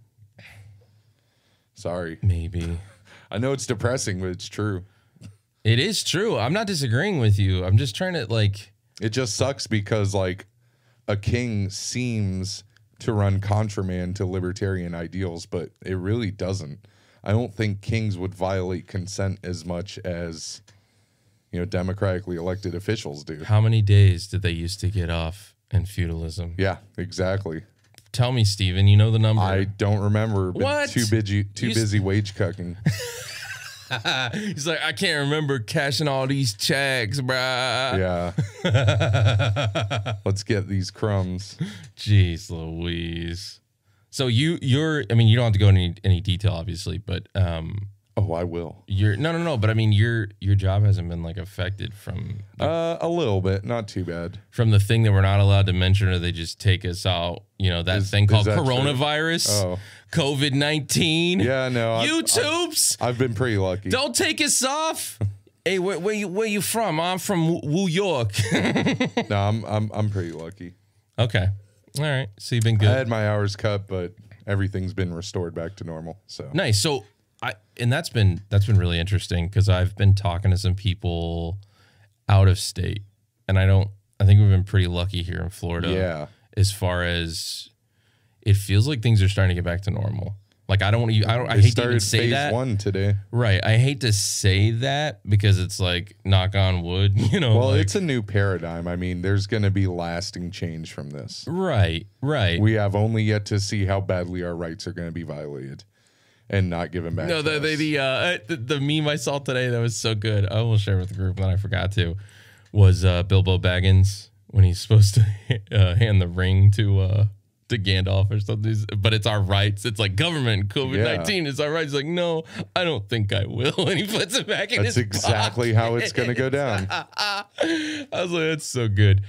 Speaker 2: Sorry.
Speaker 1: Maybe.
Speaker 2: I know it's depressing, but it's true.
Speaker 1: It is true. I'm not disagreeing with you. I'm just trying to like
Speaker 2: It just sucks because like a king seems to run contraman to libertarian ideals, but it really doesn't. I don't think kings would violate consent as much as you know democratically elected officials do.
Speaker 1: how many days did they used to get off in feudalism?
Speaker 2: Yeah, exactly.
Speaker 1: Tell me, Steven, you know the number.
Speaker 2: I don't remember. been
Speaker 1: What?
Speaker 2: Too busy, too
Speaker 1: You s-
Speaker 2: busy wage
Speaker 1: [LAUGHS]
Speaker 2: cucking.
Speaker 1: He's like, I can't remember cashing all these checks, bruh.
Speaker 2: yeah. Let's get these crumbs.
Speaker 1: Jeez Louise. So you you're I mean, you don't have to go into any, any detail, obviously, but um
Speaker 2: Oh, I will.
Speaker 1: you're no no no, but I mean your your job hasn't been like affected from
Speaker 2: Uh, a little bit, not too bad.
Speaker 1: from the thing that we're not allowed to mention or they just take us out, you know, that
Speaker 2: Is-
Speaker 1: thing
Speaker 2: is
Speaker 1: called
Speaker 2: that true?
Speaker 1: coronavirus,
Speaker 2: Oh,
Speaker 1: COVID nineteen.
Speaker 2: yeah, no. I've-
Speaker 1: YouTubes.
Speaker 2: I've, I've been pretty lucky.
Speaker 1: don't take us
Speaker 2: [LAUGHS]
Speaker 1: off. Hey, where, where you where you from? I'm from New York. [LAUGHS]
Speaker 2: No, I'm I'm I'm pretty lucky.
Speaker 1: okay. All right. So you've been
Speaker 2: I
Speaker 1: good.
Speaker 2: had my hours cut, but everything's been restored back to normal. So
Speaker 1: Nice. So I and that's been that's been really interesting because I've been talking to some people out of state, and I don't. I think we've been pretty lucky here in Florida.
Speaker 2: yeah,
Speaker 1: As far as it feels like things are starting to get back to normal. Like I don't want to. I don't. I
Speaker 2: They
Speaker 1: hate to even say
Speaker 2: phase
Speaker 1: that.
Speaker 2: one today.
Speaker 1: Right. I hate to say that because it's like knock on wood. [LAUGHS] You know.
Speaker 2: Well,
Speaker 1: like-
Speaker 2: it's a new paradigm. I mean, there's going to be lasting change from this.
Speaker 1: right. Right.
Speaker 2: We have only yet to see how badly our rights are going to be violated and not given back.
Speaker 1: No,
Speaker 2: to
Speaker 1: the the
Speaker 2: us.
Speaker 1: the, uh, the the meme I saw today that was so good. I will share with the group, and then I forgot to. Was uh, Bilbo Baggins when he's [LAUGHS] supposed to uh, hand the ring to uh, to Gandalf or something? He's- But it's our rights. It's like government COVID nineteen is our rights. He's like, no, I don't think I will, [LAUGHS] and he puts it back in
Speaker 2: that's
Speaker 1: his
Speaker 2: exactly how it's going
Speaker 1: [LAUGHS]
Speaker 2: to go down.
Speaker 1: I was like, that's so good.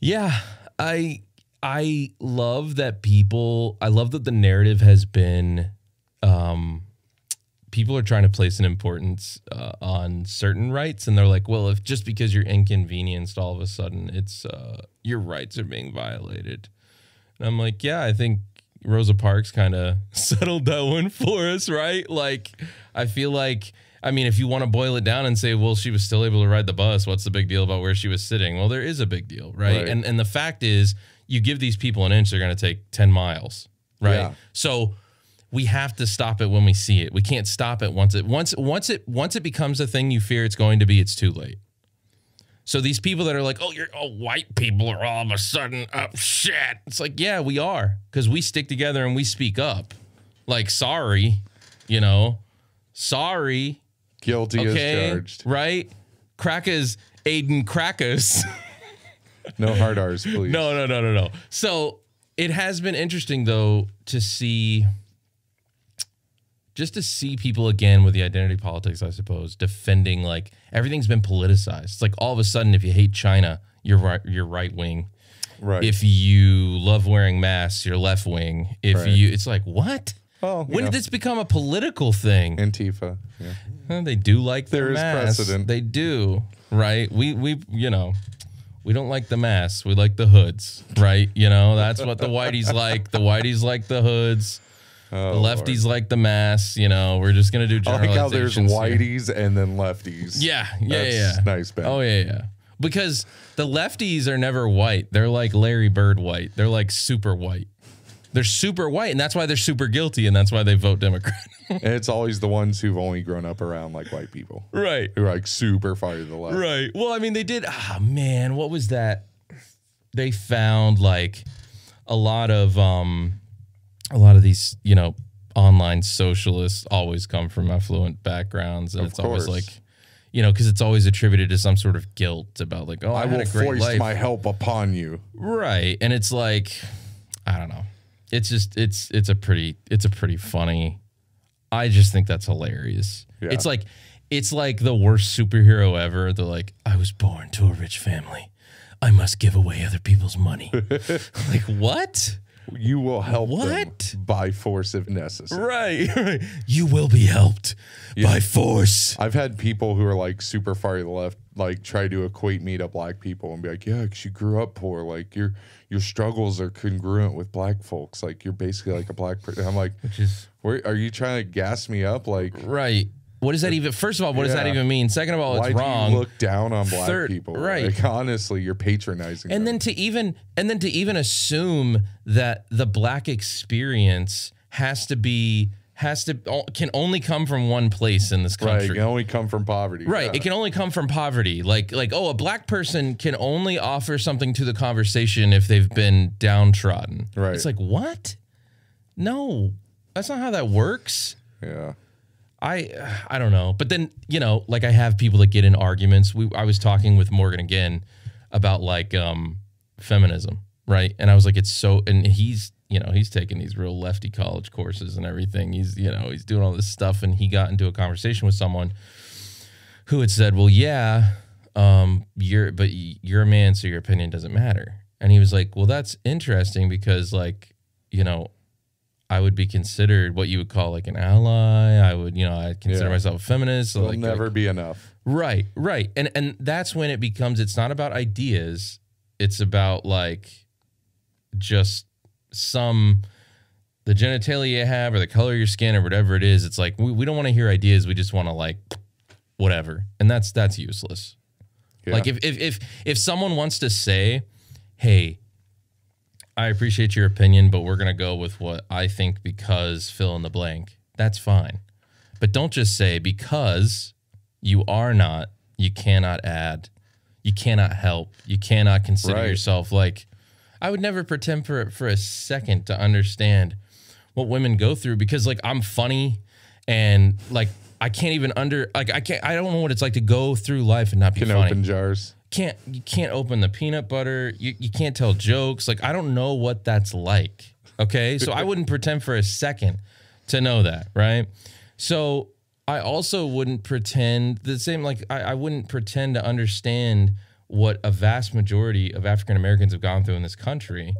Speaker 1: Yeah, I I love that people. I love that the narrative has been, um, people are trying to place an importance uh, on certain rights, and they're like, well, if just because you're inconvenienced, all of a sudden, it's uh, your rights are being violated. And I'm like, yeah, I think Rosa Parks kind of [LAUGHS] settled that one for us, right? Like, I feel like, I mean, if you want to boil it down and say, well, she was still able to ride the bus, what's the big deal about where she was sitting? Well, there is a big deal, right?
Speaker 2: Right.
Speaker 1: And and the fact is, you give these people an inch, they're going to take ten miles, right?
Speaker 2: Yeah.
Speaker 1: So we have to stop it when we see it. We can't stop it once it once once it once it becomes a thing you fear it's going to be. It's too late. So these people that are like, oh, you're oh, white people are all of a sudden up shit. It's like, yeah, we are because we stick together and we speak up. Like, sorry, you know, sorry,
Speaker 2: Guilty
Speaker 1: okay,
Speaker 2: as charged.
Speaker 1: right? Crackers, Aiden Crackers. [LAUGHS]
Speaker 2: No hard R's, please.
Speaker 1: No, no, no, no, no. So it has been interesting though to see just to see people again with the identity politics, I suppose, defending like everything's been politicized. It's like all of a sudden, if you hate China, you're right, you're right wing.
Speaker 2: right.
Speaker 1: If you love wearing masks, you're left wing. If
Speaker 2: Right.
Speaker 1: you, it's like what?
Speaker 2: Well, you
Speaker 1: when
Speaker 2: know.
Speaker 1: did this become a political thing?
Speaker 2: Antifa. Yeah.
Speaker 1: Huh, They do like their
Speaker 2: There is
Speaker 1: masks.
Speaker 2: precedent.
Speaker 1: They do, right? We we you know, we don't like the masks. We like the hoods, right? You know, that's what the whiteys
Speaker 2: [LAUGHS]
Speaker 1: like. The whiteys like the hoods. the lefties like the masks. You know, we're just gonna do
Speaker 2: Oh, I like how there's
Speaker 1: generalizations. here.
Speaker 2: whiteys and then lefties.
Speaker 1: Yeah, yeah,
Speaker 2: That's
Speaker 1: yeah.
Speaker 2: nice, Ben.
Speaker 1: Oh yeah, yeah. Because the lefties are never white. They're like Larry Bird white. They're like super white. They're super white, and that's why they're super guilty, and that's why they vote Democrat. [LAUGHS]
Speaker 2: And it's always the ones who've only grown up around like white people
Speaker 1: right.
Speaker 2: who are like super far to the left.
Speaker 1: Right. Well, I mean, they did. Ah, man, what was that? They found like a lot of um, a lot of these, you know, online socialists always come from affluent backgrounds, and it's always
Speaker 2: course.
Speaker 1: like, you know, because it's always attributed to some sort of guilt about like, oh, I,
Speaker 2: I
Speaker 1: had
Speaker 2: will
Speaker 1: a great
Speaker 2: foist
Speaker 1: life,
Speaker 2: my help upon you.
Speaker 1: right? And it's like, I don't know. It's just it's it's a pretty it's a pretty funny. I just think that's hilarious.
Speaker 2: Yeah.
Speaker 1: It's like it's like the worst superhero ever. They're like, I was born to a rich family. I must give away other people's
Speaker 2: [LAUGHS]
Speaker 1: money. like what?
Speaker 2: You will help them
Speaker 1: What?
Speaker 2: by force if necessary.
Speaker 1: Right, right. [LAUGHS] You will be helped by force.
Speaker 2: I've had people who are like super far to the left, like try to equate me to black people and be like, "Yeah, 'cause you grew up poor. Like your your struggles are congruent with black folks. Like you're basically like a black person." I'm like,
Speaker 1: Just
Speaker 2: Where, "Are you trying to gas me up? Like
Speaker 1: right. What does that even? First of all, what does that
Speaker 2: Yeah.
Speaker 1: even mean? Second of all,
Speaker 2: why
Speaker 1: it's wrong.
Speaker 2: do you look down on black
Speaker 1: Third-
Speaker 2: people?
Speaker 1: right.
Speaker 2: Like honestly, you're patronizing.
Speaker 1: and
Speaker 2: them.
Speaker 1: then to even and then to even assume that the black experience has to be has to o- can only come from one place in this
Speaker 2: Right. You
Speaker 1: country.
Speaker 2: can only come from poverty.
Speaker 1: Right. It can only come from poverty. Like like oh, a black person can only offer something to the conversation if they've been downtrodden.
Speaker 2: Right.
Speaker 1: It's like what? No. That's not how that works.
Speaker 2: Yeah.
Speaker 1: I I don't know. But then, you know, like I have people that get in arguments. We I was talking with Morgan again about like um feminism, right? And I was like it's so and he's, you know, he's taking these real lefty college courses and everything. He's, you know, he's doing all this stuff and he got into a conversation with someone who had said, "Well, yeah, um, you're but y- you're a man, so your opinion doesn't matter." And he was like, "Well, that's interesting because like, you know, I would be considered what you would call like an ally. I would, you know, I consider
Speaker 2: Yeah.
Speaker 1: myself a feminist. So
Speaker 2: It'll
Speaker 1: like,
Speaker 2: never
Speaker 1: like-
Speaker 2: be enough.
Speaker 1: right, right, and and that's when it becomes. It's not about ideas. It's about like just some the genitalia you have or the color of your skin or whatever it is. It's like we, we don't want to hear ideas. We just want to like whatever, and that's that's useless.
Speaker 2: Yeah.
Speaker 1: Like if, if if if someone wants to say, "Hey, I appreciate your opinion, but we're gonna go with what I think because fill in the blank," that's fine. But don't just say because you are not, you cannot add, you cannot help, you cannot consider
Speaker 2: Right.
Speaker 1: yourself like. I would never pretend for for a second to understand what women go through because like I'm funny and like I can't even under like I can't I don't know what it's like to go through life and not be
Speaker 2: can
Speaker 1: funny
Speaker 2: open jars.
Speaker 1: can't you can't open the peanut butter. You you can't tell jokes. Like I don't know what that's like. Okay? So I wouldn't pretend for a second to know that, right? So I also wouldn't pretend the same like I, I wouldn't pretend to understand what a vast majority of African Americans have gone through in this country.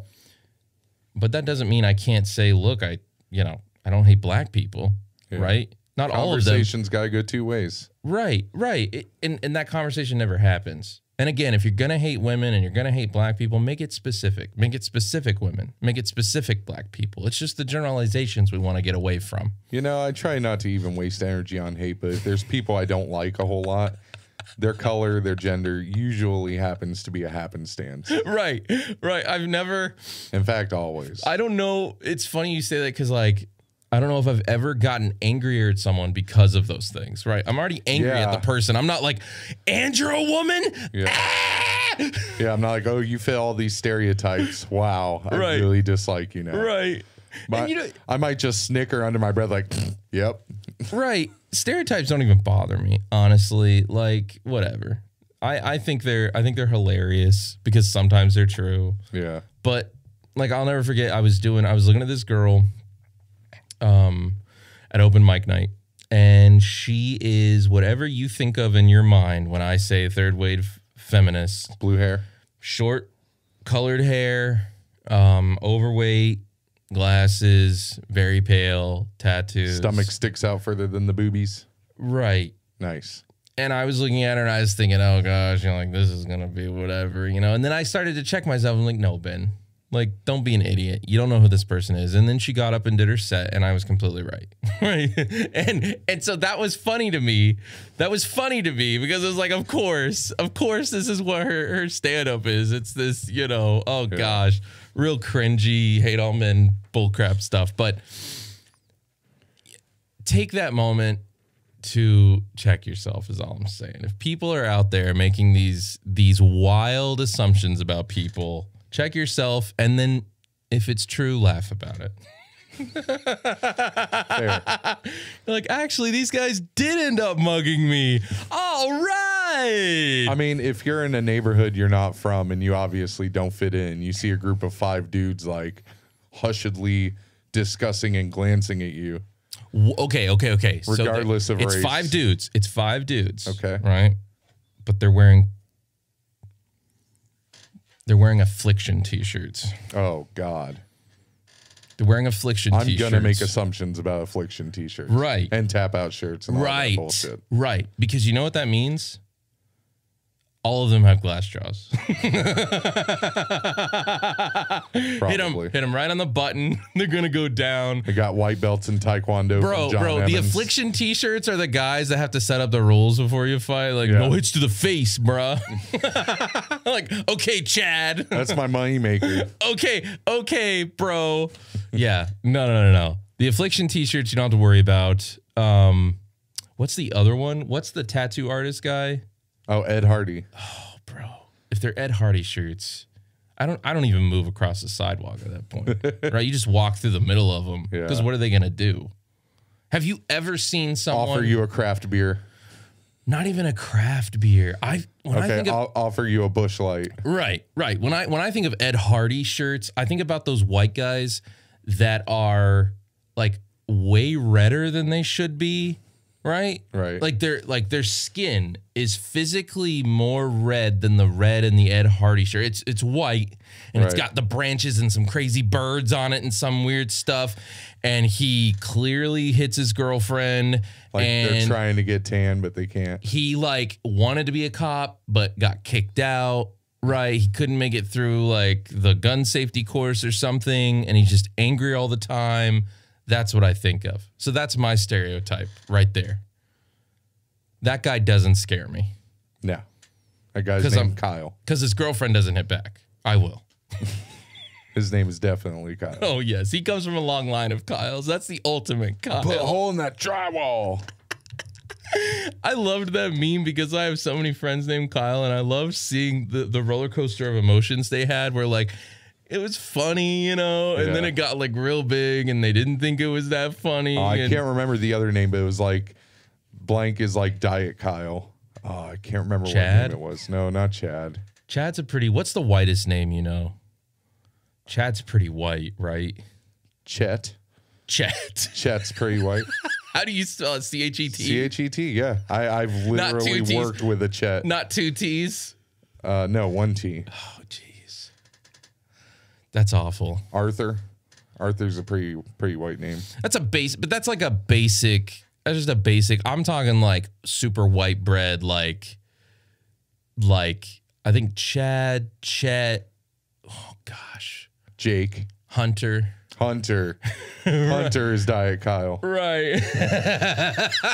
Speaker 1: But that doesn't mean I can't say, look, I you know, I don't hate black people, right? Not all of them.
Speaker 2: Conversations gotta go two ways.
Speaker 1: Right, right. It, and, and that conversation never happens. And again, if you're going to hate women and you're going to hate black people, make it specific. Make it specific women. Make it specific black people. It's just the generalizations we want to get away from. [LAUGHS]
Speaker 2: You know, I try not to even waste energy on hate, but if there's people I don't like a whole lot, their color, their gender usually happens to be a happenstance.
Speaker 1: Right, right. I've never,
Speaker 2: In fact, always.
Speaker 1: I don't know. It's funny you say that because, like, I don't know if I've ever gotten angrier at someone because of those things, right? I'm already angry at
Speaker 2: Yeah.
Speaker 1: the person. I'm not like, and you're a woman?
Speaker 2: Yeah.
Speaker 1: Ah! [LAUGHS]
Speaker 2: Yeah, I'm not like, oh, you fit all these stereotypes. Wow. I
Speaker 1: Right.
Speaker 2: really dislike you now.
Speaker 1: right.
Speaker 2: But
Speaker 1: and you know,
Speaker 2: I might just snicker under my breath, like, yep.
Speaker 1: Right. Stereotypes don't even bother me, honestly. Like, whatever. I, I think they're I think they're hilarious because sometimes they're true.
Speaker 2: Yeah.
Speaker 1: But like I'll never forget I was doing I was looking at this girl um at open mic night and she is whatever you think of in your mind when I say third wave feminist
Speaker 2: Blue hair.
Speaker 1: short colored hair um overweight glasses very pale tattoos
Speaker 2: Stomach sticks out further than the boobies.
Speaker 1: right
Speaker 2: Nice.
Speaker 1: and I was looking at her and I was thinking, oh gosh, you know, like this is gonna be whatever, you know. And then I started to check myself. I'm like, no, Ben, like don't be an idiot. You don't know who this person is. And then she got up and did her set, and I was completely right, [LAUGHS] right. and and so that was funny to me. That was funny to me because it was like, of course, of course, this is what her her stand up is. It's this, you know, oh gosh, real cringy, hate all men bullcrap stuff, but. Take that moment to check yourself is all I'm saying. If people are out there making these these wild assumptions about people, check yourself and then if it's true, laugh about it.
Speaker 2: Fair.
Speaker 1: You're [LAUGHS] like, actually, these guys did end up mugging me. All right.
Speaker 2: I mean, if you're in a neighborhood you're not from and you obviously don't fit in, you see a group of five dudes like hushedly discussing and glancing at you.
Speaker 1: W- okay, okay, okay. So there-
Speaker 2: Regardless of
Speaker 1: it's
Speaker 2: race.
Speaker 1: five dudes. It's five dudes.
Speaker 2: Okay.
Speaker 1: Right. But they're wearing they're wearing affliction t-shirts.
Speaker 2: Oh God.
Speaker 1: They're wearing affliction
Speaker 2: I'm
Speaker 1: t-shirts.
Speaker 2: gonna make assumptions about affliction t-shirts.
Speaker 1: Right.
Speaker 2: And tap out shirts and all that
Speaker 1: Right.
Speaker 2: bullshit.
Speaker 1: Right. Because you know what that means? All of them have glass jaws. [LAUGHS] hit them,
Speaker 2: Probably.
Speaker 1: hit them right on the button. [LAUGHS] They're gonna go down.
Speaker 2: I got white belts in Taekwondo.
Speaker 1: Bro,
Speaker 2: from John
Speaker 1: bro, the
Speaker 2: Evans.
Speaker 1: affliction t-shirts are the guys that have to set up the rules before you fight. Like,
Speaker 2: Yeah.
Speaker 1: no hits to the face, bruh. [LAUGHS] like, okay, Chad. [LAUGHS]
Speaker 2: That's my money maker.
Speaker 1: okay, okay, bro. Yeah. No, no, no, no. The The affliction t-shirts you don't have to worry about. Um, what's the other one? What's the tattoo artist guy?
Speaker 2: Oh, Ed Hardy.
Speaker 1: Oh, bro. If they're Ed Hardy shirts, I don't I don't even move across the sidewalk at that point. [LAUGHS] right? You just walk through the middle of them.
Speaker 2: Yeah.
Speaker 1: Because what are they gonna do? Have you ever seen someone
Speaker 2: Offer you a craft beer.
Speaker 1: not even a craft beer? I when I
Speaker 2: Okay,
Speaker 1: think of
Speaker 2: I'll offer you a bush light.
Speaker 1: Right, right. When I when I think of Ed Hardy shirts, I think about those white guys that are like way redder than they should be, right?
Speaker 2: Right.
Speaker 1: Like their like their skin is physically more red than the red in the Ed Hardy shirt. It's it's white and it's
Speaker 2: Right.
Speaker 1: got the branches and some crazy birds on it and some weird stuff. And he clearly hits his girlfriend
Speaker 2: Like they're
Speaker 1: and
Speaker 2: trying to get tan, but they can't.
Speaker 1: he like wanted to be a cop but got kicked out right he couldn't make it through like the gun safety course or something and he's just angry all the time that's what i think of so that's my stereotype right there that guy doesn't scare me
Speaker 2: No. That guy's
Speaker 1: 'Cause
Speaker 2: name
Speaker 1: I'm-
Speaker 2: Kyle.
Speaker 1: because his girlfriend doesn't hit back i will [LAUGHS]
Speaker 2: His name is definitely Kyle.
Speaker 1: oh yes he comes from a long line of kyles that's the ultimate kyle
Speaker 2: [LAUGHS] Put a hole in that drywall.
Speaker 1: I loved that meme because I have so many friends named Kyle, and I love seeing the, the roller coaster of emotions they had where like it was funny, you know, and then
Speaker 2: Yeah. Oh,
Speaker 1: it got like real big and they didn't think it was that funny.
Speaker 2: I
Speaker 1: and-
Speaker 2: can't remember the other name, but it was like blank is like Diet Kyle. Oh, I can't remember
Speaker 1: Chad?
Speaker 2: what name it was. No, not Chad.
Speaker 1: Chad's a pretty what's the whitest name, you know? Chad's pretty white, right?
Speaker 2: Chet.
Speaker 1: Chet.
Speaker 2: Chet's pretty white.
Speaker 1: [LAUGHS] How do you spell it? C H E
Speaker 2: C
Speaker 1: T.
Speaker 2: H E T. Yeah, I, I've
Speaker 1: Not two
Speaker 2: literally
Speaker 1: Ts.
Speaker 2: worked with a Chet.
Speaker 1: Not two T's.
Speaker 2: Uh, no, one T.
Speaker 1: Oh jeez. That's awful.
Speaker 2: Arthur. Arthur's a pretty pretty white name.
Speaker 1: That's a base, but that's like a basic. That's just a basic. I'm talking like super white bread, like, like I think Chad, Chet, oh gosh,
Speaker 2: Jake.
Speaker 1: Hunter. [LAUGHS]
Speaker 2: Hunter. Hunter is Diet Kyle.
Speaker 1: Right. [LAUGHS] oh,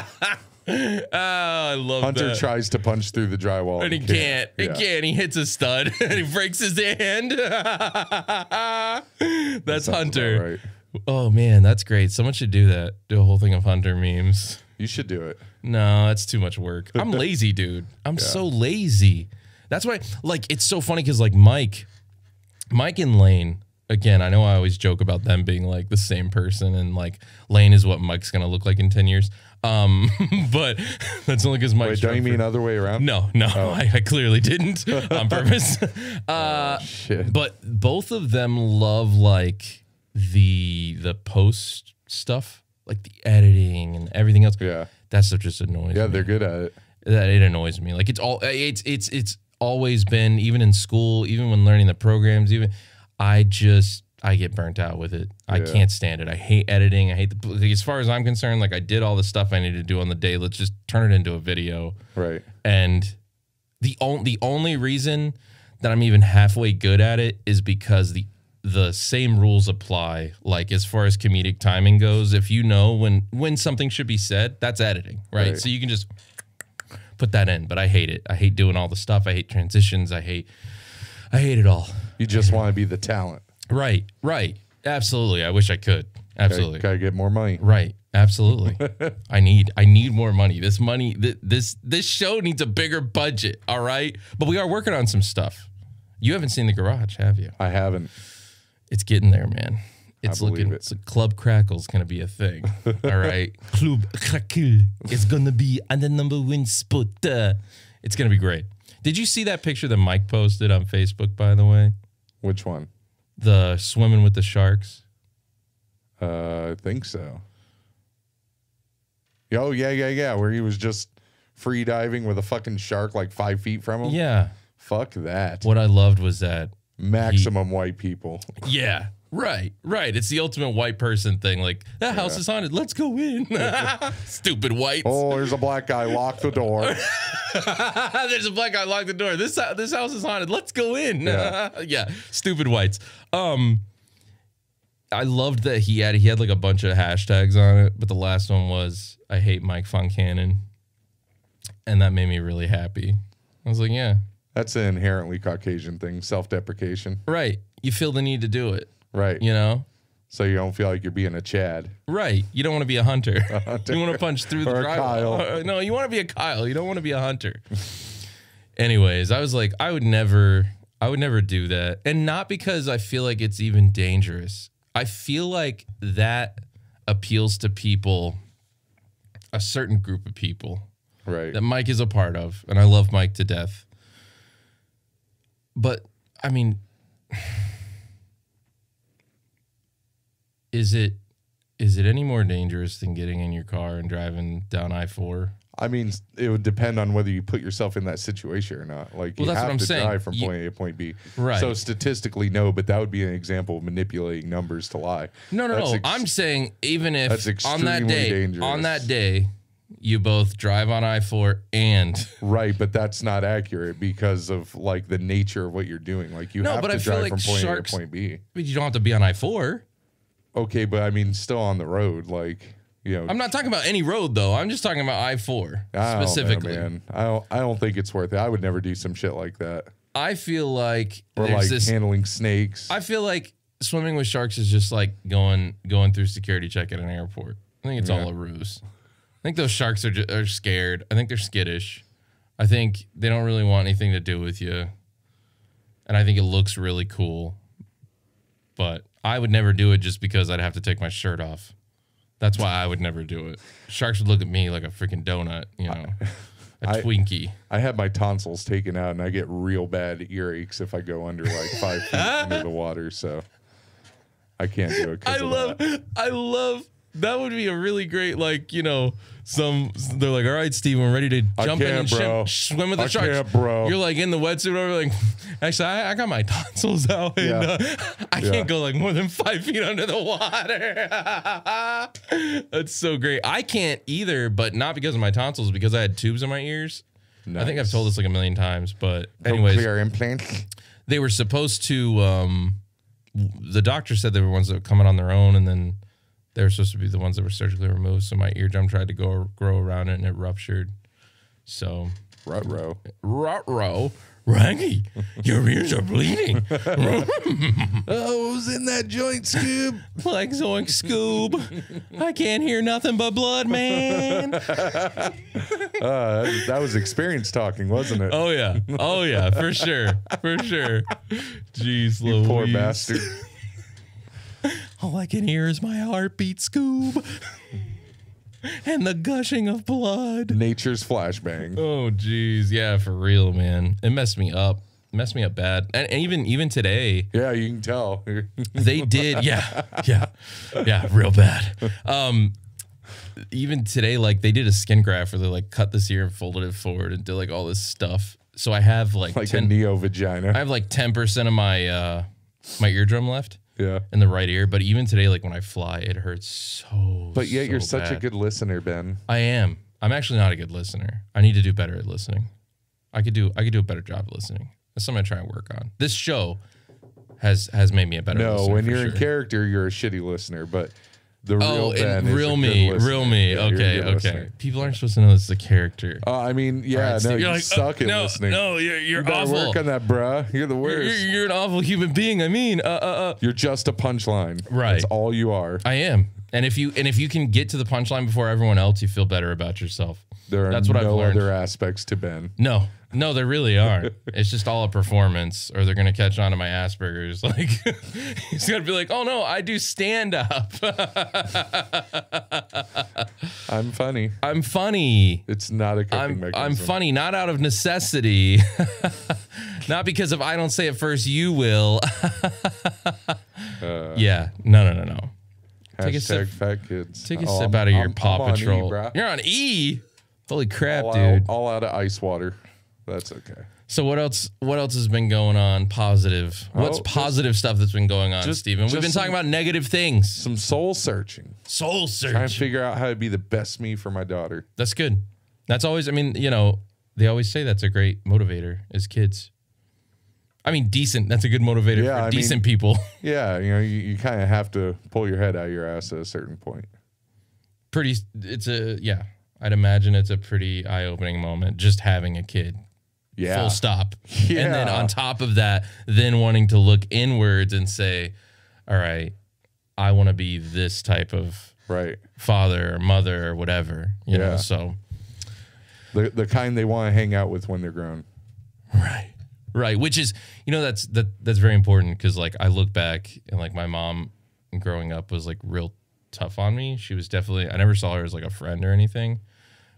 Speaker 1: I love
Speaker 2: Hunter
Speaker 1: that.
Speaker 2: tries to punch through the drywall.
Speaker 1: and he can't. He
Speaker 2: Yeah.
Speaker 1: can't. He hits a stud [LAUGHS] and he breaks his hand. [LAUGHS] that's
Speaker 2: Sounds
Speaker 1: Hunter.
Speaker 2: about right.
Speaker 1: Oh man, that's great. Someone should do that. Do a whole thing of Hunter memes.
Speaker 2: You should do it.
Speaker 1: No, that's too much work.
Speaker 2: [LAUGHS]
Speaker 1: I'm lazy, dude. I'm so lazy. That's why, like, it's so funny because, like, Mike, Mike and Lane, again, I know I always joke about them being like the same person and like Lane is what Mike's going to look like in 10 years. Um, [LAUGHS] but that's only because Mike's.
Speaker 2: Wait, don't you
Speaker 1: drunk for-
Speaker 2: mean Oh. other way around?
Speaker 1: no, no, [LAUGHS] I, I clearly
Speaker 2: [LAUGHS]
Speaker 1: didn't on purpose.
Speaker 2: Oh,
Speaker 1: [LAUGHS] uh,
Speaker 2: Shit.
Speaker 1: but both of them love like the the post stuff, like the editing and everything else.
Speaker 2: Yeah.
Speaker 1: That stuff just annoys
Speaker 2: Yeah,
Speaker 1: me.
Speaker 2: they're good at it.
Speaker 1: That it annoys me. Like it's all it's it's it's always been even in school, even when learning the programs, even I just I get burnt out with it. I
Speaker 2: Yeah.
Speaker 1: can't stand it. I hate editing. I hate the like, as far as I'm concerned, like I did all the stuff I needed to do on the day. Let's just turn it into a video.
Speaker 2: Right.
Speaker 1: And the only the only reason that I'm even halfway good at it is because the the same rules apply. Like as far as comedic timing goes, if you know when when something should be said, that's editing, right?
Speaker 2: Right.
Speaker 1: So you can just put that in. But I hate it. I hate doing all the stuff. I hate transitions. I hate I hate it all.
Speaker 2: You just want to be the talent.
Speaker 1: Right, right. Absolutely. I wish I could. Absolutely.
Speaker 2: Gotta get more money.
Speaker 1: Right.
Speaker 2: [LAUGHS]
Speaker 1: Absolutely. I need I need more money. This money th- this this show needs a bigger budget, all right? But we are working on some stuff. You haven't seen the garage, have you?
Speaker 2: I haven't.
Speaker 1: It's getting there, man. It's
Speaker 2: believe
Speaker 1: looking
Speaker 2: it.
Speaker 1: so Club Crackle's going to be a thing. All
Speaker 2: [LAUGHS]
Speaker 1: right. Club Crackle is going to be on the number one spot. Uh, It's going to be great. Did you see that picture that Mike posted on Facebook by the way?
Speaker 2: Which one?
Speaker 1: The swimming with the sharks?
Speaker 2: Uh, I think so. Oh yeah, yeah, yeah. Where he was just free diving with a fucking shark like five feet from him.
Speaker 1: Yeah.
Speaker 2: Fuck that.
Speaker 1: What I loved was that
Speaker 2: Maximum white people.
Speaker 1: Yeah. Right, right. It's the ultimate white person thing. Like that house is haunted. Let's go
Speaker 2: [LAUGHS]
Speaker 1: in. Stupid whites.
Speaker 2: Oh, there's a black guy. Lock the door.
Speaker 1: [LAUGHS] There's a black guy locked the door. This hou- this house is haunted. Let's go in. [LAUGHS] Yeah.
Speaker 2: Yeah.
Speaker 1: Stupid whites. Um, I loved that he had he had like a bunch of hashtags on it, but the last one was I hate Mike Foncannon, and that made me really happy. I was like, yeah,
Speaker 2: That's an inherently Caucasian thing. Self-deprecation.
Speaker 1: right. You feel the need to do it,
Speaker 2: Right.
Speaker 1: you know.
Speaker 2: so you don't feel like you're being a Chad.
Speaker 1: Right. You don't want to be a hunter. [LAUGHS] you want to punch through the
Speaker 2: Or a
Speaker 1: drywall. [LAUGHS] No, you want to be a Kyle. You don't want to be a hunter. Anyways, I was like, I would never, I would never do that. And not because I feel like it's even dangerous. I feel like that appeals to people, a certain group of people
Speaker 2: Right.
Speaker 1: that Mike is a part of, and I love Mike to death. But I mean, [SIGHS] is it is it any more dangerous than getting in your car and driving down I four?
Speaker 2: I mean, it would depend on whether you put yourself in that situation or not. Like
Speaker 1: Well,
Speaker 2: you
Speaker 1: that's
Speaker 2: have
Speaker 1: what I'm
Speaker 2: to
Speaker 1: saying.
Speaker 2: drive from
Speaker 1: You-
Speaker 2: point A to point B.
Speaker 1: Right.
Speaker 2: So statistically, no, but that would be an example of manipulating numbers to lie.
Speaker 1: No, no,
Speaker 2: That's
Speaker 1: no.
Speaker 2: ex-
Speaker 1: I'm saying even
Speaker 2: that's
Speaker 1: if on that
Speaker 2: extremely
Speaker 1: day,
Speaker 2: dangerous.
Speaker 1: on that day, you both drive on I four and [LAUGHS]
Speaker 2: right, but that's not accurate because of like the nature of what you're doing. Like you
Speaker 1: No,
Speaker 2: have
Speaker 1: but
Speaker 2: to
Speaker 1: I feel
Speaker 2: drive
Speaker 1: like
Speaker 2: from point
Speaker 1: sharks-
Speaker 2: A to point B.
Speaker 1: but you don't have to be on I four.
Speaker 2: Okay, but I mean, still on the road, like you know.
Speaker 1: I'm not talking about any road though. I'm just talking about I four
Speaker 2: I don't know,
Speaker 1: specifically.
Speaker 2: man. I don't. I don't think it's worth it. I would never do some shit like that.
Speaker 1: I feel like
Speaker 2: Or
Speaker 1: there's
Speaker 2: like
Speaker 1: this
Speaker 2: handling snakes.
Speaker 1: I feel like swimming with sharks is just like going going through security check at an airport. I think it's all a ruse. I think those sharks are ju- are scared. I think they're skittish. I think they don't really want anything to do with you. And I think it looks really cool. But I would never do it just because I'd have to take my shirt off. That's why I would never do it. Sharks would look at me like a freaking donut, you know, a
Speaker 2: I-
Speaker 1: Twinkie.
Speaker 2: I had my tonsils taken out, and I get real bad earaches if I go under like five feet under the water. So I can't do it. 'cause
Speaker 1: I
Speaker 2: of
Speaker 1: love,
Speaker 2: that.
Speaker 1: I love. That would be a really great, like you know, some they're like, all right, Steve, I'm ready to jump in
Speaker 2: can't,
Speaker 1: and
Speaker 2: bro.
Speaker 1: shim, swim with the
Speaker 2: I
Speaker 1: sharks,
Speaker 2: can't, bro.
Speaker 1: You're like in the wetsuit over, like, [LAUGHS] actually, I, I got my [LAUGHS] tonsils out, and
Speaker 2: Yeah.
Speaker 1: uh, [LAUGHS] I
Speaker 2: Yeah.
Speaker 1: can't go like more than five feet under the water. [LAUGHS] That's so great. I can't either, but not because of my tonsils, because I had tubes in my ears. I think I've
Speaker 2: Nice.
Speaker 1: told this like a million times, but anyways,
Speaker 2: Cochlear implants.
Speaker 1: they were supposed to um w- the doctor said they were ones that were coming on their own and then they were supposed to be the ones that were surgically removed so my eardrum tried to go grow around it and it ruptured so
Speaker 2: Rut row.
Speaker 1: row Rangy, your ears are bleeding. [LAUGHS]
Speaker 2: Oh, was in that joint, Scoob.
Speaker 1: like Zoink Scoob. I can't hear nothing but blood, man.
Speaker 2: [LAUGHS] uh, that, that was experience talking, wasn't it?
Speaker 1: Oh, yeah. Oh, yeah. For sure. For sure. Jeez, Louise.
Speaker 2: Poor bastard.
Speaker 1: All I can hear is my heartbeat, Scoob, [LAUGHS] and the gushing of blood.
Speaker 2: Nature's flashbang.
Speaker 1: Oh, jeez, yeah, for real, man. It messed me up. Messed me up bad. And, and even even today,
Speaker 2: Yeah, you can tell. [LAUGHS]
Speaker 1: they did. [LAUGHS] Yeah, yeah, yeah, real bad. Um, even today, like they did a skin graft where they like cut this ear and folded it forward and did like all this stuff. So I have like,
Speaker 2: like a
Speaker 1: ten,
Speaker 2: neo vagina.
Speaker 1: I have like ten percent of my uh my eardrum left
Speaker 2: yeah.
Speaker 1: in the right ear. But even today, like when I fly, it hurts so.
Speaker 2: But yet,
Speaker 1: so
Speaker 2: you're such
Speaker 1: bad.
Speaker 2: a good listener, Ben.
Speaker 1: I am. I'm actually not a good listener. I need to do better at listening. I could do I could do a better job at listening. That's something I try and work on. This show has has made me a better
Speaker 2: No,
Speaker 1: listener.
Speaker 2: when
Speaker 1: for
Speaker 2: you're in
Speaker 1: sure.
Speaker 2: character, you're a shitty listener. But the
Speaker 1: Oh,
Speaker 2: real Ben
Speaker 1: and
Speaker 2: is a
Speaker 1: real
Speaker 2: good
Speaker 1: me,
Speaker 2: listener.
Speaker 1: real me.
Speaker 2: Yeah, you're a
Speaker 1: okay,
Speaker 2: good
Speaker 1: okay.
Speaker 2: listener.
Speaker 1: People aren't supposed to know it's the character.
Speaker 2: Uh, I mean, yeah,
Speaker 1: Alright,
Speaker 2: no,
Speaker 1: Steve,
Speaker 2: you
Speaker 1: like,
Speaker 2: suck
Speaker 1: "Oh,
Speaker 2: at
Speaker 1: no,
Speaker 2: listening.
Speaker 1: No, you're you're
Speaker 2: you better
Speaker 1: awful.
Speaker 2: work on that, bruh. You're the
Speaker 1: You're,
Speaker 2: worst. You're,
Speaker 1: you're- you're an awful human being. I mean, uh, uh, uh.
Speaker 2: just a punchline.
Speaker 1: Right.
Speaker 2: That's all you are.
Speaker 1: I am. And if you and if you can get to the punchline before everyone else, you feel better about yourself.
Speaker 2: There are
Speaker 1: That's what I've
Speaker 2: no
Speaker 1: learned.
Speaker 2: other aspects to Ben.
Speaker 1: No, no, there really aren't. it's just all a performance, or they're gonna catch on to my Asperger's. [LAUGHS] Like he's gonna be like, "Oh no, I do stand up.
Speaker 2: I'm funny.
Speaker 1: [LAUGHS] I'm funny.
Speaker 2: It's not a coping
Speaker 1: I'm
Speaker 2: mechanism.
Speaker 1: I'm funny, not out of necessity, [LAUGHS] not because if I don't say it first, you will." [LAUGHS]
Speaker 2: Uh,
Speaker 1: yeah, no, no, no, no. Take a sip-
Speaker 2: Hashtag fat kids.
Speaker 1: Take a
Speaker 2: Oh,
Speaker 1: sip
Speaker 2: I'm-
Speaker 1: out of your
Speaker 2: I'm- I'm
Speaker 1: Paw
Speaker 2: on E,
Speaker 1: Patrol.
Speaker 2: bruh.
Speaker 1: You're on E. Holy crap,
Speaker 2: all,
Speaker 1: dude.
Speaker 2: out, all out of ice water. That's okay.
Speaker 1: So what else? What else has been going on? Positive. What's
Speaker 2: Oh, just-
Speaker 1: positive stuff that's been going on,
Speaker 2: just-
Speaker 1: Steven? We've
Speaker 2: just
Speaker 1: been talking
Speaker 2: some-
Speaker 1: about negative things.
Speaker 2: Some soul searching.
Speaker 1: Soul
Speaker 2: Trying to
Speaker 1: search.
Speaker 2: figure out how to be the best me for my daughter.
Speaker 1: That's good. That's always. I mean, you know, they always say that's a great motivator is kids. I mean, decent. That's a good motivator
Speaker 2: Yeah,
Speaker 1: for
Speaker 2: I mean-
Speaker 1: decent people, [LAUGHS]
Speaker 2: Yeah, you know, you, you kind of have to pull your head out of your ass at a certain point.
Speaker 1: pretty. It's a yeah. I'd imagine it's a pretty eye-opening moment just having a kid.
Speaker 2: Yeah.
Speaker 1: Full
Speaker 2: [LAUGHS]
Speaker 1: stop. And then
Speaker 2: Yeah.
Speaker 1: on top of that, then wanting to look inwards and say, "All right, I want to be this type of
Speaker 2: right?
Speaker 1: father or mother or whatever. You know,
Speaker 2: Yeah.
Speaker 1: so
Speaker 2: The the kind they want to hang out with when they're grown.
Speaker 1: right right which is you know that's that that's very important because like i look back and like my mom growing up was like real tough on me she was definitely i never saw her as like a friend or anything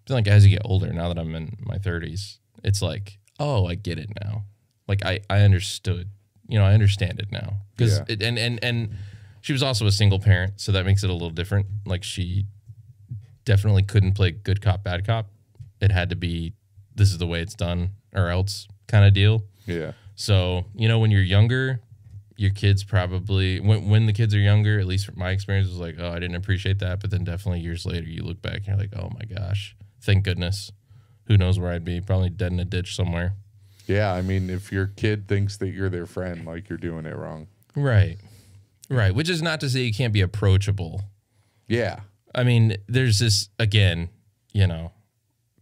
Speaker 1: but like as you get older now that i'm in my 30s it's like oh i get it now like i i understood you know i understand it now because
Speaker 2: Yeah.
Speaker 1: and and and she was also a single parent so that makes it a little different like she definitely couldn't play good cop bad cop it had to be this is the way it's done or else kind of deal
Speaker 2: Yeah,
Speaker 1: so you know when you're younger your kids probably when, when the kids are younger at least from my experience was like oh i didn't appreciate that but then definitely years later you look back and you're like oh my gosh thank goodness who knows where i'd be probably dead in a ditch somewhere
Speaker 2: yeah. I mean, if your kid thinks that you're their friend, like you're doing it wrong.
Speaker 1: right right which is not to say you can't be approachable
Speaker 2: Yeah,
Speaker 1: I mean, there's this again, you know,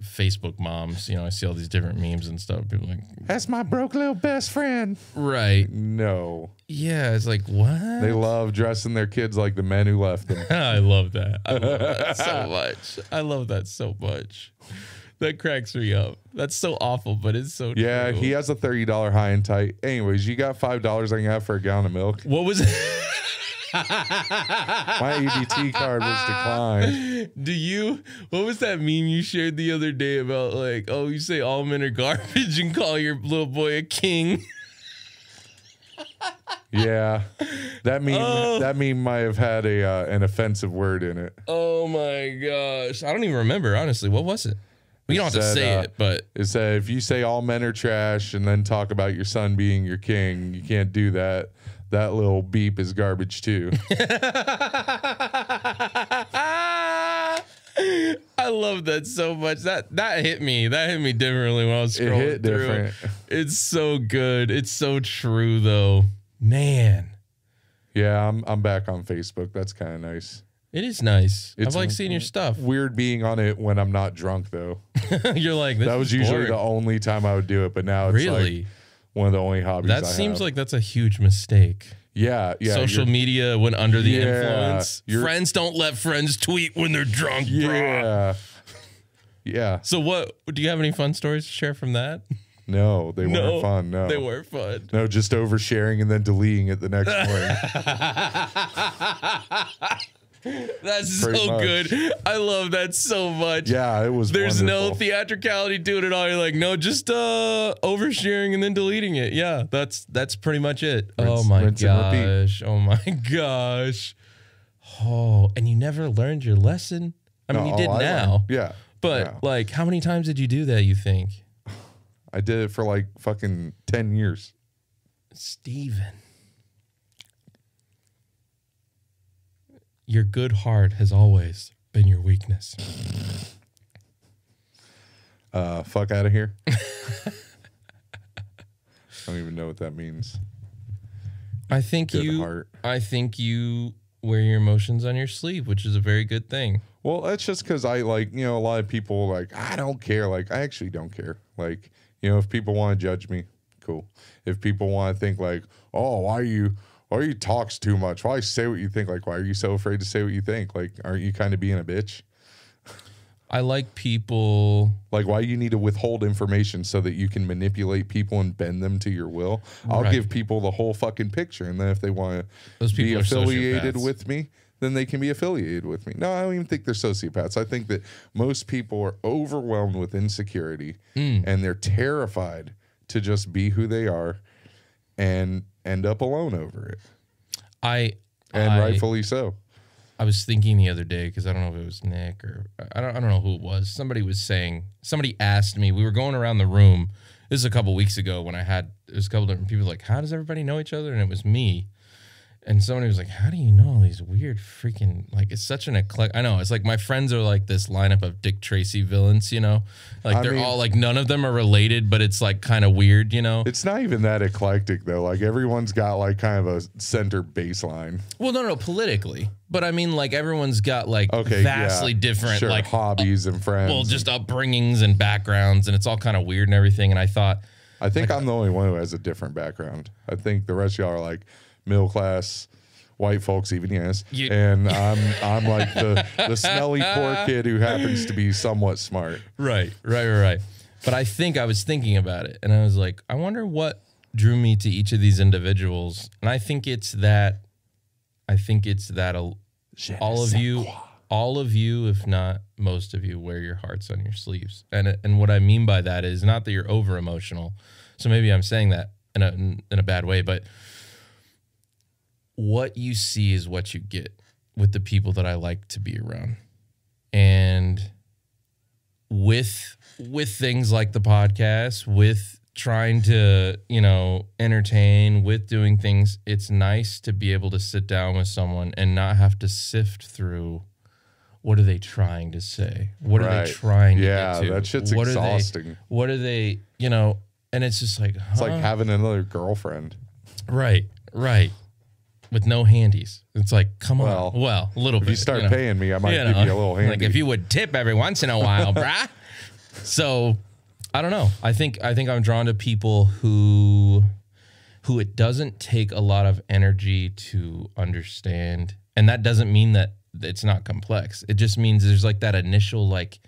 Speaker 1: Facebook moms. You know, I see all these different memes and stuff. People like,
Speaker 2: that's my broke little best friend.
Speaker 1: right?
Speaker 2: No,
Speaker 1: Yeah, it's like what?
Speaker 2: they love dressing their kids like the men who left [LAUGHS] them.
Speaker 1: I love that. I love
Speaker 2: [LAUGHS]
Speaker 1: that so much. I love that so much. That cracks me up. That's so awful, but it's so
Speaker 2: Yeah,
Speaker 1: true.
Speaker 2: he has a thirty dollar high and tight. Anyways, you got five dollars I can have for a gallon of milk.
Speaker 1: What was? [LAUGHS]
Speaker 2: My [LAUGHS] EBT card was declined.
Speaker 1: Do you? What was that meme you shared the other day about like, oh, you say all men are [LAUGHS] garbage and call your little boy a king? [LAUGHS]
Speaker 2: Yeah, that meme
Speaker 1: Oh.
Speaker 2: that meme might have had a uh, an offensive word in it.
Speaker 1: Oh my gosh. I don't even remember, honestly. What was it? We don't have to
Speaker 2: said,
Speaker 1: say
Speaker 2: uh,
Speaker 1: it, but
Speaker 2: It said if you say all men are trash and then talk about your son being your king, you can't do that. That little beep is garbage too.
Speaker 1: I love that so much. That that hit me. That hit me differently when I was
Speaker 2: It
Speaker 1: scrolling
Speaker 2: hit
Speaker 1: through.
Speaker 2: different.
Speaker 1: It's so good. It's so true though. Man.
Speaker 2: Yeah, I'm I'm back on Facebook. That's kind of nice.
Speaker 1: It is nice.
Speaker 2: It's-
Speaker 1: I like seeing your
Speaker 2: [LAUGHS]
Speaker 1: stuff. [LAUGHS]
Speaker 2: Weird being on it when I'm not drunk though.
Speaker 1: You're like this
Speaker 2: That was usually
Speaker 1: [LAUGHS]
Speaker 2: the
Speaker 1: boring.
Speaker 2: only time I would do it, but now it's
Speaker 1: really.
Speaker 2: like one of the only hobbies.
Speaker 1: that
Speaker 2: I
Speaker 1: seems
Speaker 2: have.
Speaker 1: like that's a huge mistake.
Speaker 2: yeah, yeah.
Speaker 1: Social
Speaker 2: you're-
Speaker 1: media when under the
Speaker 2: Yeah,
Speaker 1: influence.
Speaker 2: you're-
Speaker 1: Friends don't let friends tweet when they're drunk, bro.
Speaker 2: Yeah. [LAUGHS] Yeah.
Speaker 1: So what do you have any fun stories to share from that?
Speaker 2: No, they weren't fun. No.
Speaker 1: They were fun.
Speaker 2: No, just oversharing and then deleting it
Speaker 1: [LAUGHS]
Speaker 2: the next morning.
Speaker 1: That's
Speaker 2: Pretty
Speaker 1: so
Speaker 2: much.
Speaker 1: good. I love that so much.
Speaker 2: Yeah, it was.
Speaker 1: There's no
Speaker 2: wonderful.
Speaker 1: theatricality to it at all. You're like, no, just uh oversharing and then deleting it. Yeah, that's that's pretty much it. oh
Speaker 2: Rinse-
Speaker 1: my
Speaker 2: rinse and repeat.
Speaker 1: gosh. Oh my [LAUGHS] gosh. Oh, and you never learned your lesson. I mean,
Speaker 2: No,
Speaker 1: you did
Speaker 2: I learned-
Speaker 1: now,
Speaker 2: Yeah,
Speaker 1: but
Speaker 2: yeah.
Speaker 1: like, how many times did you do that? You think,
Speaker 2: I did it for like fucking ten years.
Speaker 1: Steven. Your good heart has always been your weakness.
Speaker 2: Uh, fuck out of here. I don't even know what that means.
Speaker 1: I think
Speaker 2: Good
Speaker 1: you
Speaker 2: heart.
Speaker 1: I think you wear your emotions on your sleeve, which is a very good thing.
Speaker 2: Well, that's just because I like you know a lot of people like I don't care. Like I actually don't care. Like you know if people want to judge me, cool. If people want to think like, oh, why you why you talks too much? Why say what you think? Like why are you so afraid to say what you think? Like aren't you kind of being a bitch?
Speaker 1: I like people
Speaker 2: Like why you need to withhold information so that you can manipulate people and bend them to your will. I'll
Speaker 1: Right.
Speaker 2: give people the whole fucking picture, and then if they want
Speaker 1: Those
Speaker 2: to be
Speaker 1: people are
Speaker 2: affiliated
Speaker 1: sociopaths.
Speaker 2: with me, then they can be affiliated with me. No, I don't even think they're sociopaths. I think that most people are overwhelmed with insecurity
Speaker 1: Hmm.
Speaker 2: and they're terrified to just be who they are and end up alone over it.
Speaker 1: I
Speaker 2: And
Speaker 1: I,
Speaker 2: rightfully so.
Speaker 1: I was thinking the other day because I don't know if it was Nick or I don't I don't know who it was. Somebody was saying somebody asked me. We were going around the room. This is a couple weeks ago when I had there's a couple different people like, how does everybody know each other? And it was me. And somebody was like, how do you know all these weird freaking like it's such an eclectic. I know it's like my friends are like this lineup of Dick Tracy villains, you know, like
Speaker 2: I
Speaker 1: they're
Speaker 2: mean-
Speaker 1: all like none of them are related, but it's like kind of weird, you know.
Speaker 2: It's not even that eclectic though. Like everyone's got like kind of a center baseline.
Speaker 1: Well, no, no, politically, but I mean like everyone's got like
Speaker 2: Okay. yeah,
Speaker 1: vastly different
Speaker 2: sure,
Speaker 1: like
Speaker 2: hobbies and friends.
Speaker 1: well, just upbringings and backgrounds, and it's all kind of weird and everything. And I thought,
Speaker 2: I think I'm the only one who has a different background. I think the rest of y'all are like middle class, white folks even yes
Speaker 1: You-
Speaker 2: and i'm i'm like the the smelly
Speaker 1: [LAUGHS]
Speaker 2: poor kid who happens to be somewhat smart
Speaker 1: Right, right, right, right. But I think I was thinking about it and I was like, I wonder what drew me to each of these individuals. And I think it's that, I think it's that a, all of you, all of you, if not most of you, wear your hearts on your sleeves. And, and what I mean by that is not that you're over emotional. So maybe I'm saying that in a, in a bad way, but what you see is what you get with the people that I like to be around. And with with things like the podcast with trying to you know entertain with doing things it's nice to be able to sit down with someone and not have to sift through what are they trying to say what are
Speaker 2: Right.
Speaker 1: they trying
Speaker 2: Yeah,
Speaker 1: to get to
Speaker 2: that shit's
Speaker 1: what are
Speaker 2: exhausting.
Speaker 1: they what are they you know and it's just like
Speaker 2: it's like having another girlfriend
Speaker 1: right right with no handies it's like come
Speaker 2: Well,
Speaker 1: on well a little bit
Speaker 2: if you start
Speaker 1: know.
Speaker 2: paying me i might
Speaker 1: You
Speaker 2: give
Speaker 1: know,
Speaker 2: you a little handy
Speaker 1: Like if you would tip every once in a
Speaker 2: [LAUGHS]
Speaker 1: while, bruh. So I don't know. I think I think I'm drawn to people who who it doesn't take a lot of energy to understand. And that doesn't mean that it's not complex. It just means there's like that initial like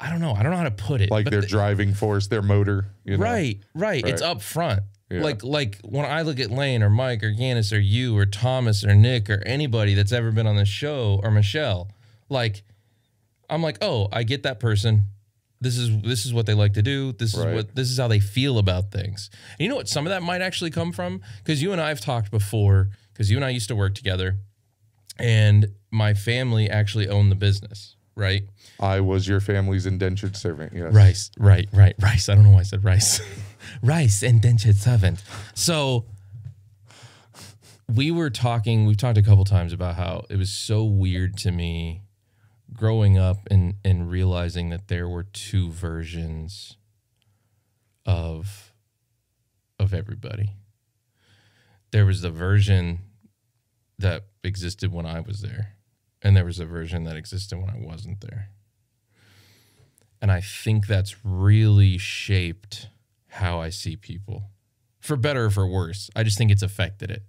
Speaker 1: I don't know. I don't know how to put it.
Speaker 2: like
Speaker 1: but
Speaker 2: their
Speaker 1: the-
Speaker 2: driving force their motor you know?
Speaker 1: Right, right. It's
Speaker 2: Right.
Speaker 1: up front.
Speaker 2: Yeah.
Speaker 1: Like like when I look at Lane or Mike or Yanis or you or Thomas or Nick or anybody that's ever been on the show or Michelle, like I'm like, oh, I get that person. This is this is what they like to do. This
Speaker 2: Right.
Speaker 1: is what this is how they feel about things. And you know what? Some of that might actually come from because you and I have talked before. Because you and I used to work together, and my family actually owned the business, right?
Speaker 2: i was your family's indentured servant yes
Speaker 1: Rice, right, right, rice. I don't know why I said rice. [LAUGHS] rice and indentured servant. So we were talking, we've talked a couple times about how it was so weird to me growing up and and realizing that there were two versions of of everybody. There was the version that existed when I was there, and there was a version that existed when I wasn't there. And I think that's really shaped how I see people, for better or for worse. I just think it's affected it.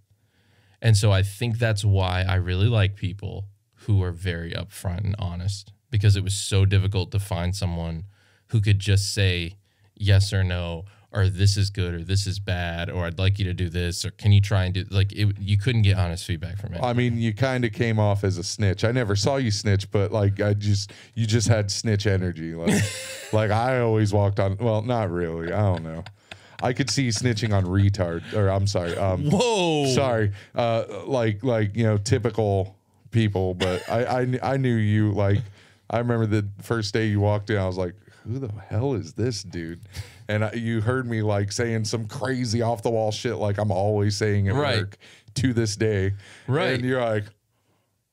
Speaker 1: And so I think that's why I really like people who are very upfront and honest because it was so difficult to find someone who could just say yes or no or this is good or this is bad or I'd like you to do this or can you try and do like it, you couldn't get honest feedback from it.
Speaker 2: I mean, you kind of came off as a snitch. I never saw you snitch, but like I just you just had snitch energy.
Speaker 1: [LAUGHS]
Speaker 2: Like like I always walked on well, not really. I don't know. I could see you snitching on retard or I'm sorry. Um
Speaker 1: Whoa.
Speaker 2: sorry. Uh like like, you know, typical people, but I I, kn- I knew you like I remember the first day you walked in, I was like, who the hell is this dude? And I, you heard me like saying some crazy off the wall shit like I'm always saying at
Speaker 1: Right.
Speaker 2: work to this day.
Speaker 1: Right.
Speaker 2: And you're like,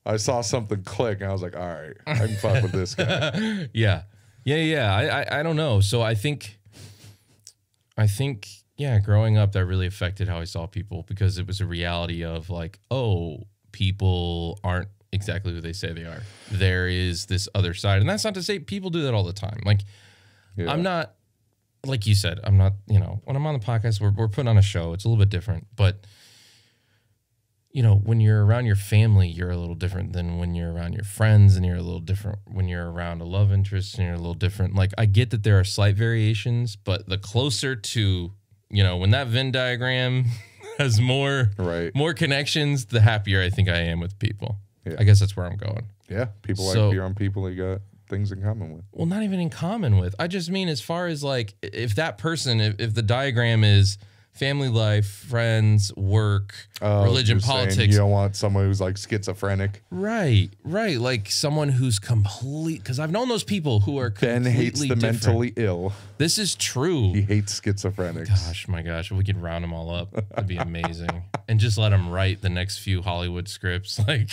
Speaker 2: I saw something click, and I was like, all right, I can fuck with this guy.
Speaker 1: yeah yeah yeah I, I i don't know so i think i think yeah growing up that really affected how i saw people because it was a reality of like oh people aren't exactly who they say they are there is this other side and that's not to say people do that all the time like [LAUGHS]
Speaker 2: Yeah.
Speaker 1: i'm not like you said i'm not you know when i'm on the podcast we're, we're putting on a show it's a little bit different but you know, when you're around your family, you're a little different than when you're around your friends, and you're a little different when you're around a love interest, and you're a little different. Like, I get that there are slight variations, but the closer to, you know, when that Venn diagram [LAUGHS] has more
Speaker 2: Right.
Speaker 1: more connections, the happier I think I am with people.
Speaker 2: Yeah.
Speaker 1: I guess that's where I'm going.
Speaker 2: Yeah, people like
Speaker 1: So-
Speaker 2: to be around people they got things in common with.
Speaker 1: Well, not even in common with. I just mean as far as like i- if that person, if, if the diagram is family life, friends, work,
Speaker 2: Oh,
Speaker 1: religion,
Speaker 2: you're saying
Speaker 1: politics,
Speaker 2: You don't want someone who's like schizophrenic.
Speaker 1: Right, right. Like someone who's complete, because I've known those people who are
Speaker 2: Ben
Speaker 1: completely
Speaker 2: hates the
Speaker 1: different.
Speaker 2: mentally ill.
Speaker 1: This is true.
Speaker 2: He hates schizophrenics.
Speaker 1: Gosh, my gosh, if we could round them all up, it'd be amazing. and just let them write the next few Hollywood scripts. [LAUGHS] Like,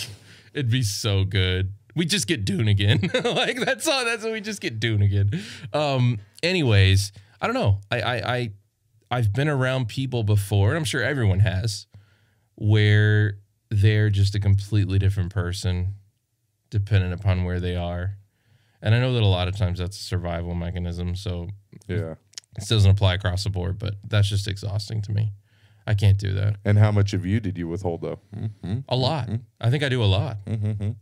Speaker 1: it'd be so good. We just get Dune again. [LAUGHS] like that's all. That's what we just get Dune again. Um. Anyways, I don't know. I I, I I've been around people before, and I'm sure everyone has, where they're just a completely different person, dependent upon where they are. And I know that a lot of times that's a survival mechanism. So
Speaker 2: Yeah.
Speaker 1: this doesn't apply across the board, but that's just exhausting to me. I can't do that.
Speaker 2: And how much of you did you withhold though? Mm-hmm.
Speaker 1: A lot. I think I do a lot.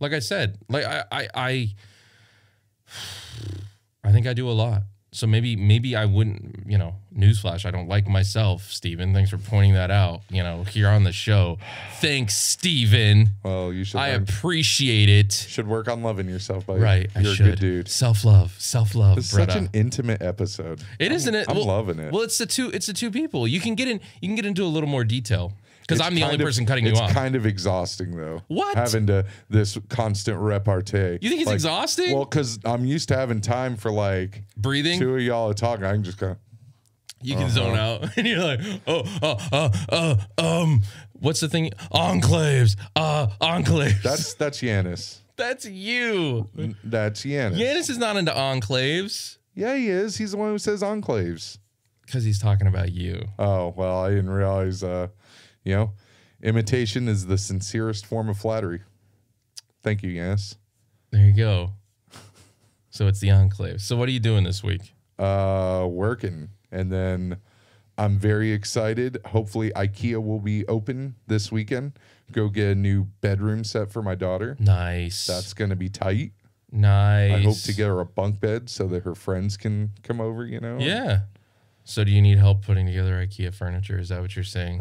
Speaker 1: Like I said, like I, I, I, I think I do a lot. So maybe, maybe I wouldn't. You know, newsflash, I don't like myself, Steven. Thanks for pointing that out. You know, here on the show. Thanks, Steven.
Speaker 2: Well, you should
Speaker 1: I
Speaker 2: learn-
Speaker 1: appreciate it.
Speaker 2: should work on loving yourself, buddy.
Speaker 1: Right, I
Speaker 2: You're a
Speaker 1: should.
Speaker 2: good dude.
Speaker 1: Self love, self love.
Speaker 2: It's such an intimate episode.
Speaker 1: It isn't it.
Speaker 2: I'm
Speaker 1: well,
Speaker 2: loving it.
Speaker 1: Well, it's the two. It's the two people. You can get in. You can get into a little more detail because
Speaker 2: It's
Speaker 1: I'm the only
Speaker 2: kind of-
Speaker 1: person cutting you off.
Speaker 2: It's kind of exhausting though.
Speaker 1: What?
Speaker 2: Having to this constant repartee.
Speaker 1: You think it's exhausting?
Speaker 2: Well, because I'm used to having time for like
Speaker 1: Breathing.
Speaker 2: two uh-huh. of y'all are talking. I can just kind of
Speaker 1: You can zone out, [LAUGHS] and you're like, oh, oh, oh, oh, um, what's the thing? Enclaves, uh, enclaves. [LAUGHS] That's,
Speaker 2: that's that's Yanis.
Speaker 1: you.
Speaker 2: That's Yanis.
Speaker 1: Yanis is not into enclaves
Speaker 2: Yeah, he is. He's the one who says enclaves.
Speaker 1: because he's talking about you.
Speaker 2: Oh well, I didn't realize. Uh, you know, imitation is the sincerest form of flattery. Thank you, Yanis.
Speaker 1: There you go. So it's the enclaves. So what are you doing this week?
Speaker 2: uh, working. And then I'm very excited. Hopefully, IKEA will be open this weekend. Go get a new bedroom set for my daughter.
Speaker 1: Nice.
Speaker 2: That's going to be tight.
Speaker 1: nice.
Speaker 2: I hope to get her a bunk bed so that her friends can come over, you know?
Speaker 1: Yeah. So do you need help putting together IKEA furniture? Is that what you're saying?
Speaker 2: [LAUGHS]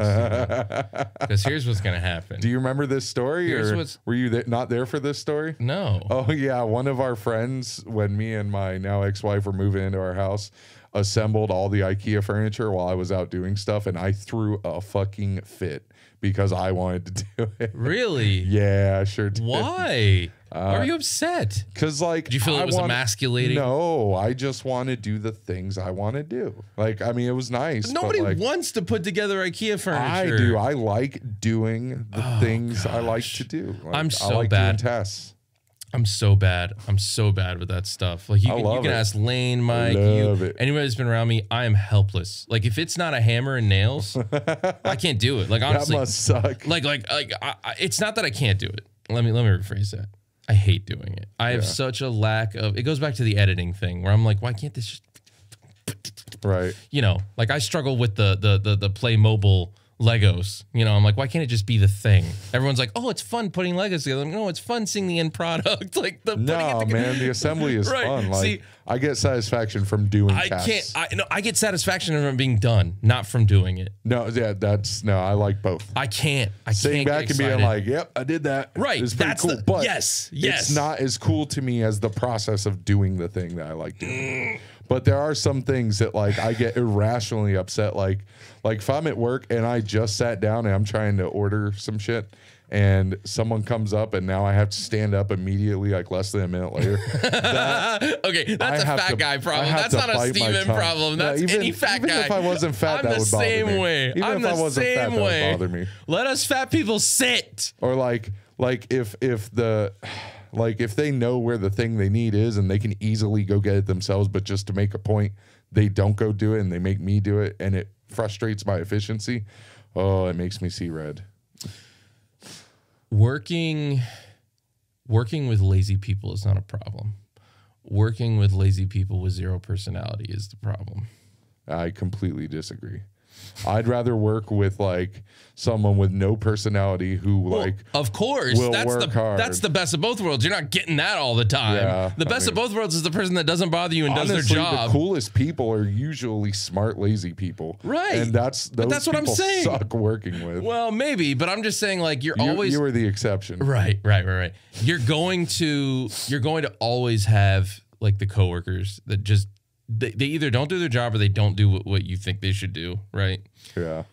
Speaker 1: Because here's what's gonna happen.
Speaker 2: Do you remember this story?
Speaker 1: Here's
Speaker 2: or
Speaker 1: what's-
Speaker 2: were you th- not there for this story?
Speaker 1: no.
Speaker 2: Oh yeah, one of our friends, when me and my now ex-wife were moving into our house, assembled all the IKEA furniture while I was out doing stuff, and I threw a fucking fit because I wanted to do it.
Speaker 1: Really?
Speaker 2: Yeah, I sure did.
Speaker 1: Why? Why Are you upset?
Speaker 2: Because like,
Speaker 1: Did you feel
Speaker 2: I
Speaker 1: it was
Speaker 2: want-
Speaker 1: emasculating?
Speaker 2: No, I just want to do the things I want to do. Like, I mean, it was nice. but,
Speaker 1: Nobody
Speaker 2: like,
Speaker 1: wants to put together IKEA furniture.
Speaker 2: I do. I like doing the things I like
Speaker 1: Oh, gosh.
Speaker 2: to do. Like,
Speaker 1: I'm
Speaker 2: I
Speaker 1: so
Speaker 2: like
Speaker 1: bad.
Speaker 2: Doing tests.
Speaker 1: I'm so bad. I'm so bad with that stuff. Like you
Speaker 2: I
Speaker 1: can, you
Speaker 2: love
Speaker 1: can
Speaker 2: it.
Speaker 1: ask Lane, Mike, you,
Speaker 2: love it.
Speaker 1: anybody that's been around me. I am helpless. Like if it's not a hammer and
Speaker 2: [LAUGHS]
Speaker 1: nails, I can't do it. Like honestly,
Speaker 2: that must suck.
Speaker 1: like like like I, I, it's not that I can't do it. Let me let me rephrase that. I hate doing it. I have such a lack of. It goes back to the editing thing where I'm like, why can't this just
Speaker 2: right.
Speaker 1: you know, like I struggle with the the the the play mobile Legos. You know, I'm like, why can't it just be the thing? Everyone's like, oh, it's fun putting Legos together. I'm like, no, it's fun seeing the end product. [LAUGHS] like the putting it
Speaker 2: No,
Speaker 1: together. [LAUGHS]
Speaker 2: man, the assembly is
Speaker 1: Right.
Speaker 2: fun. Like
Speaker 1: See-
Speaker 2: I get satisfaction from doing
Speaker 1: I
Speaker 2: tasks.
Speaker 1: can't. I no. I get satisfaction from it being done, not from doing it.
Speaker 2: no, yeah, that's no, I like both.
Speaker 1: I can't. I
Speaker 2: Sitting
Speaker 1: can't get
Speaker 2: back and being
Speaker 1: excited.
Speaker 2: like, "Yep, I did that."
Speaker 1: Right,
Speaker 2: it's pretty
Speaker 1: that's
Speaker 2: cool.
Speaker 1: the-
Speaker 2: but
Speaker 1: yes, yes.
Speaker 2: it's not as cool to me as the process of doing the thing that I like doing. but there are some things that like I get irrationally upset. Like, like if I'm at work and I just sat down and I'm trying to order some shit. And someone comes up, and now I have to stand up immediately, like less than a minute
Speaker 1: [LAUGHS]
Speaker 2: later.
Speaker 1: okay, that's
Speaker 2: I
Speaker 1: a
Speaker 2: have
Speaker 1: fat
Speaker 2: to-
Speaker 1: guy
Speaker 2: I
Speaker 1: problem.
Speaker 2: have
Speaker 1: That's
Speaker 2: to
Speaker 1: not a
Speaker 2: bite my
Speaker 1: Steven
Speaker 2: tongue.
Speaker 1: problem.
Speaker 2: No,
Speaker 1: That's
Speaker 2: even-
Speaker 1: any fat
Speaker 2: even
Speaker 1: guy.
Speaker 2: if I wasn't fat,
Speaker 1: I'm
Speaker 2: that
Speaker 1: the
Speaker 2: would bother
Speaker 1: same
Speaker 2: me.
Speaker 1: way.
Speaker 2: Even
Speaker 1: I'm
Speaker 2: if
Speaker 1: the
Speaker 2: I wasn't
Speaker 1: same
Speaker 2: fat, that would
Speaker 1: way.
Speaker 2: bother me.
Speaker 1: Let us fat people sit.
Speaker 2: or like like if if the [SIGHS] like if they know where the thing they need is and they can easily go get it themselves but just to make a point they don't go do it and they make me do it and it frustrates my efficiency oh it makes me see red
Speaker 1: working working with lazy people is not a problem working with lazy people with zero personality is the problem
Speaker 2: i completely disagree i'd rather work with like someone with no personality who like
Speaker 1: of course
Speaker 2: We'll
Speaker 1: that's the
Speaker 2: work hard.
Speaker 1: that's the best of both worlds you're not getting that all the time
Speaker 2: Yeah,
Speaker 1: the
Speaker 2: I
Speaker 1: best of
Speaker 2: mean-
Speaker 1: both worlds is the person that doesn't bother you and does
Speaker 2: Honestly,
Speaker 1: their job
Speaker 2: The coolest people are usually smart, lazy people.
Speaker 1: Right.
Speaker 2: and that's those
Speaker 1: that's what I'm
Speaker 2: people
Speaker 1: saying.
Speaker 2: Suck working with.
Speaker 1: well maybe but i'm just saying like you're
Speaker 2: you,
Speaker 1: always
Speaker 2: you were the exception.
Speaker 1: Right, right, right, right. You're going to you're going to always have like the coworkers that just they, they either don't do their job or they don't do what, what you think they should do, right?
Speaker 2: Yeah.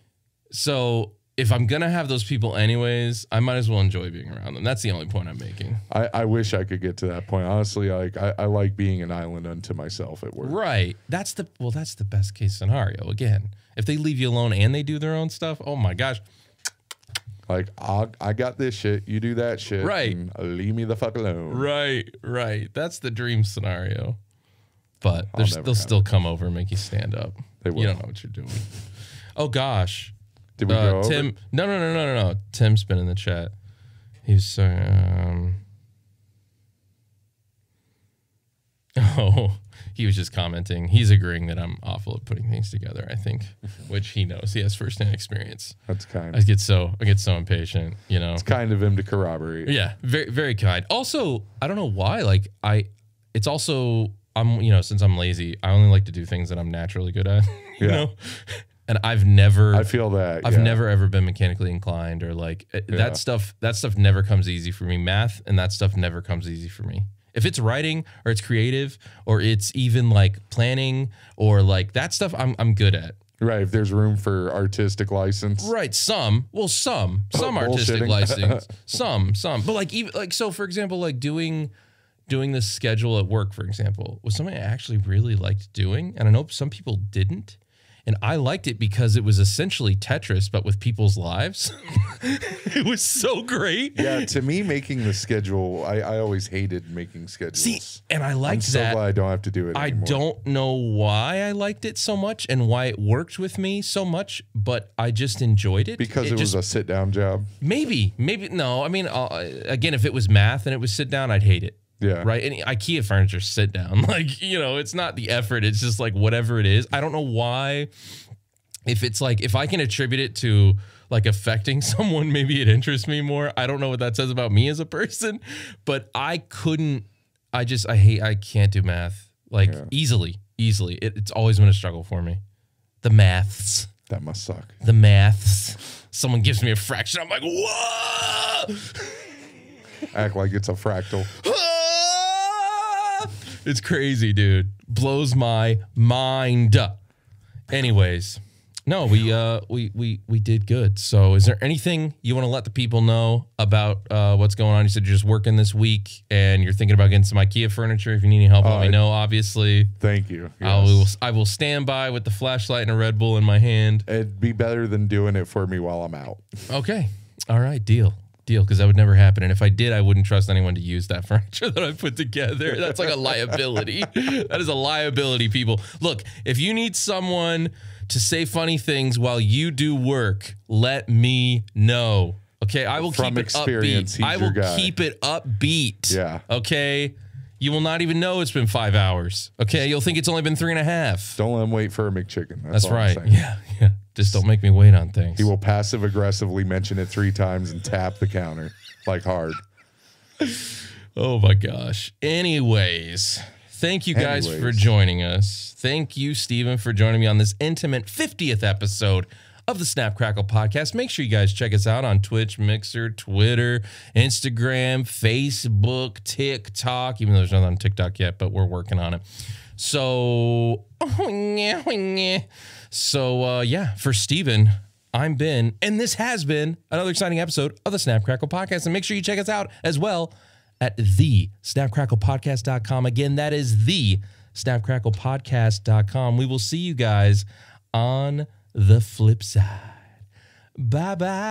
Speaker 1: So if I'm gonna have those people anyways, I might as well enjoy being around them. That's the only point I'm making.
Speaker 2: I, I wish I could get to that point. Honestly, like I, I like being an island unto myself at work.
Speaker 1: Right. That's the well, that's the best case scenario. Again, if they leave you alone and they do their own stuff, oh my gosh.
Speaker 2: Like I, I got this shit. You do that shit.
Speaker 1: Right.
Speaker 2: and leave me the fuck alone.
Speaker 1: Right, right. That's the dream scenario. But
Speaker 2: I'll
Speaker 1: there's-
Speaker 2: never
Speaker 1: they'll
Speaker 2: have
Speaker 1: still come over and make you stand up.
Speaker 2: They will.
Speaker 1: You don't know what you're doing. Oh gosh.
Speaker 2: Did we go
Speaker 1: Uh,
Speaker 2: over?
Speaker 1: Tim no no no no no no. Tim's been in the chat. He's saying um [LAUGHS] Oh, he was just commenting. He's agreeing that I'm awful at putting things together. I
Speaker 2: [LAUGHS]
Speaker 1: think, which he knows. He has firsthand experience.
Speaker 2: That's kind.
Speaker 1: I get so I get so impatient. You know.
Speaker 2: it's kind of him to corroborate.
Speaker 1: Yeah, very very kind. Also, I don't know why. Like I, it's also I'm you know since I'm lazy, I only like to do things that I'm naturally good at. [LAUGHS] You
Speaker 2: Yeah.
Speaker 1: know, and I've never
Speaker 2: I feel that.
Speaker 1: I've
Speaker 2: yeah.
Speaker 1: never ever been mechanically inclined or like it-
Speaker 2: Yeah.
Speaker 1: that stuff. That stuff never comes easy for me. Math and that stuff never comes easy for me. If it's writing or it's creative or it's even like planning or like that stuff, I'm I'm good at.
Speaker 2: Right. If there's room for artistic license.
Speaker 1: Right, some. Well, some, some artistic
Speaker 2: [LAUGHS] Bullshitting.
Speaker 1: license.
Speaker 2: [LAUGHS]
Speaker 1: Some, some. But like even like so, for example, like doing doing this schedule at work, for example, was something I actually really liked doing, and I know some people didn't. And I liked it because it was essentially Tetris, but with people's lives. [LAUGHS] it was so great.
Speaker 2: Yeah. To me, making the schedule, I, I always hated making schedules.
Speaker 1: See, and I
Speaker 2: I'm
Speaker 1: liked
Speaker 2: so
Speaker 1: that.
Speaker 2: glad I don't have to do it.
Speaker 1: I
Speaker 2: anymore.
Speaker 1: don't know why I liked it so much and why it worked with me so much, but I just enjoyed it
Speaker 2: because it,
Speaker 1: just
Speaker 2: was a sit down job.
Speaker 1: Maybe, maybe no. I mean, uh, again, if it was math and it was sit down, I'd hate it.
Speaker 2: Yeah.
Speaker 1: Right? And IKEA furniture sit down. [LAUGHS] Like, you know, it's not the effort. It's just like whatever it is. I don't know why. If it's like, if I can attribute it to like affecting [LAUGHS] someone, maybe it interests me more. I don't know what that says about me as a person, but I couldn't, I just, I hate, I can't do math like
Speaker 2: Yeah.
Speaker 1: easily, easily. It, it's always been a struggle for me. The maths
Speaker 2: That must suck.
Speaker 1: the maths. Someone gives me a fraction. I'm like, whoa! [LAUGHS]
Speaker 2: Act like it's a fractal.
Speaker 1: Ah! it's crazy, dude. Blows my mind. Anyways, no, we uh we we we did good. So is there anything you want to let the people know about uh what's going on? You said you're just working this week and you're thinking about getting some IKEA furniture. If you need any help, let me
Speaker 2: I-
Speaker 1: know, obviously.
Speaker 2: Thank you.
Speaker 1: I will
Speaker 2: Yes.
Speaker 1: I will stand by with the flashlight and a Red Bull in my hand.
Speaker 2: It'd be better than doing it for me while I'm out.
Speaker 1: Okay. All right. Deal. Deal. Because that would never happen. And if I did, I wouldn't trust anyone to use that [LAUGHS] furniture that I put together. That's like a
Speaker 2: [LAUGHS]
Speaker 1: liability. that is a liability, people. Look, if you need someone to say funny things while you do work, let me know. Okay. I will
Speaker 2: From
Speaker 1: keep it
Speaker 2: experience,
Speaker 1: upbeat.
Speaker 2: he's
Speaker 1: I
Speaker 2: your
Speaker 1: will
Speaker 2: guy.
Speaker 1: keep it upbeat.
Speaker 2: Yeah.
Speaker 1: Okay. You will not even know it's been five hours. Okay. You'll think it's only been three and a half.
Speaker 2: Don't let him wait for a McChicken.
Speaker 1: That's
Speaker 2: That's, all
Speaker 1: right. [LAUGHS]
Speaker 2: I'm saying.
Speaker 1: Yeah. Yeah. Just don't make me wait on things.
Speaker 2: He will passive aggressively mention it three times and tap the counter like hard.
Speaker 1: Oh my gosh. Anyways, thank you guys for
Speaker 2: Anyways.
Speaker 1: joining us. Thank you, Steven, for joining me on this intimate 50th episode of the Snap Crackle podcast. Make sure you guys check us out on Twitch, Mixer, Twitter, Instagram, Facebook, TikTok, even though there's nothing on TikTok yet, but we're working on it. So, [LAUGHS] yeah, yeah. so uh, yeah, for Steven, I'm Ben, and this has been another exciting episode of the Snap Crackle podcast. And make sure you check us out as well at the snapcracklepodcast.com. Again, that is the snapcracklepodcast.com. We will see you guys on the flip side. Bye bye.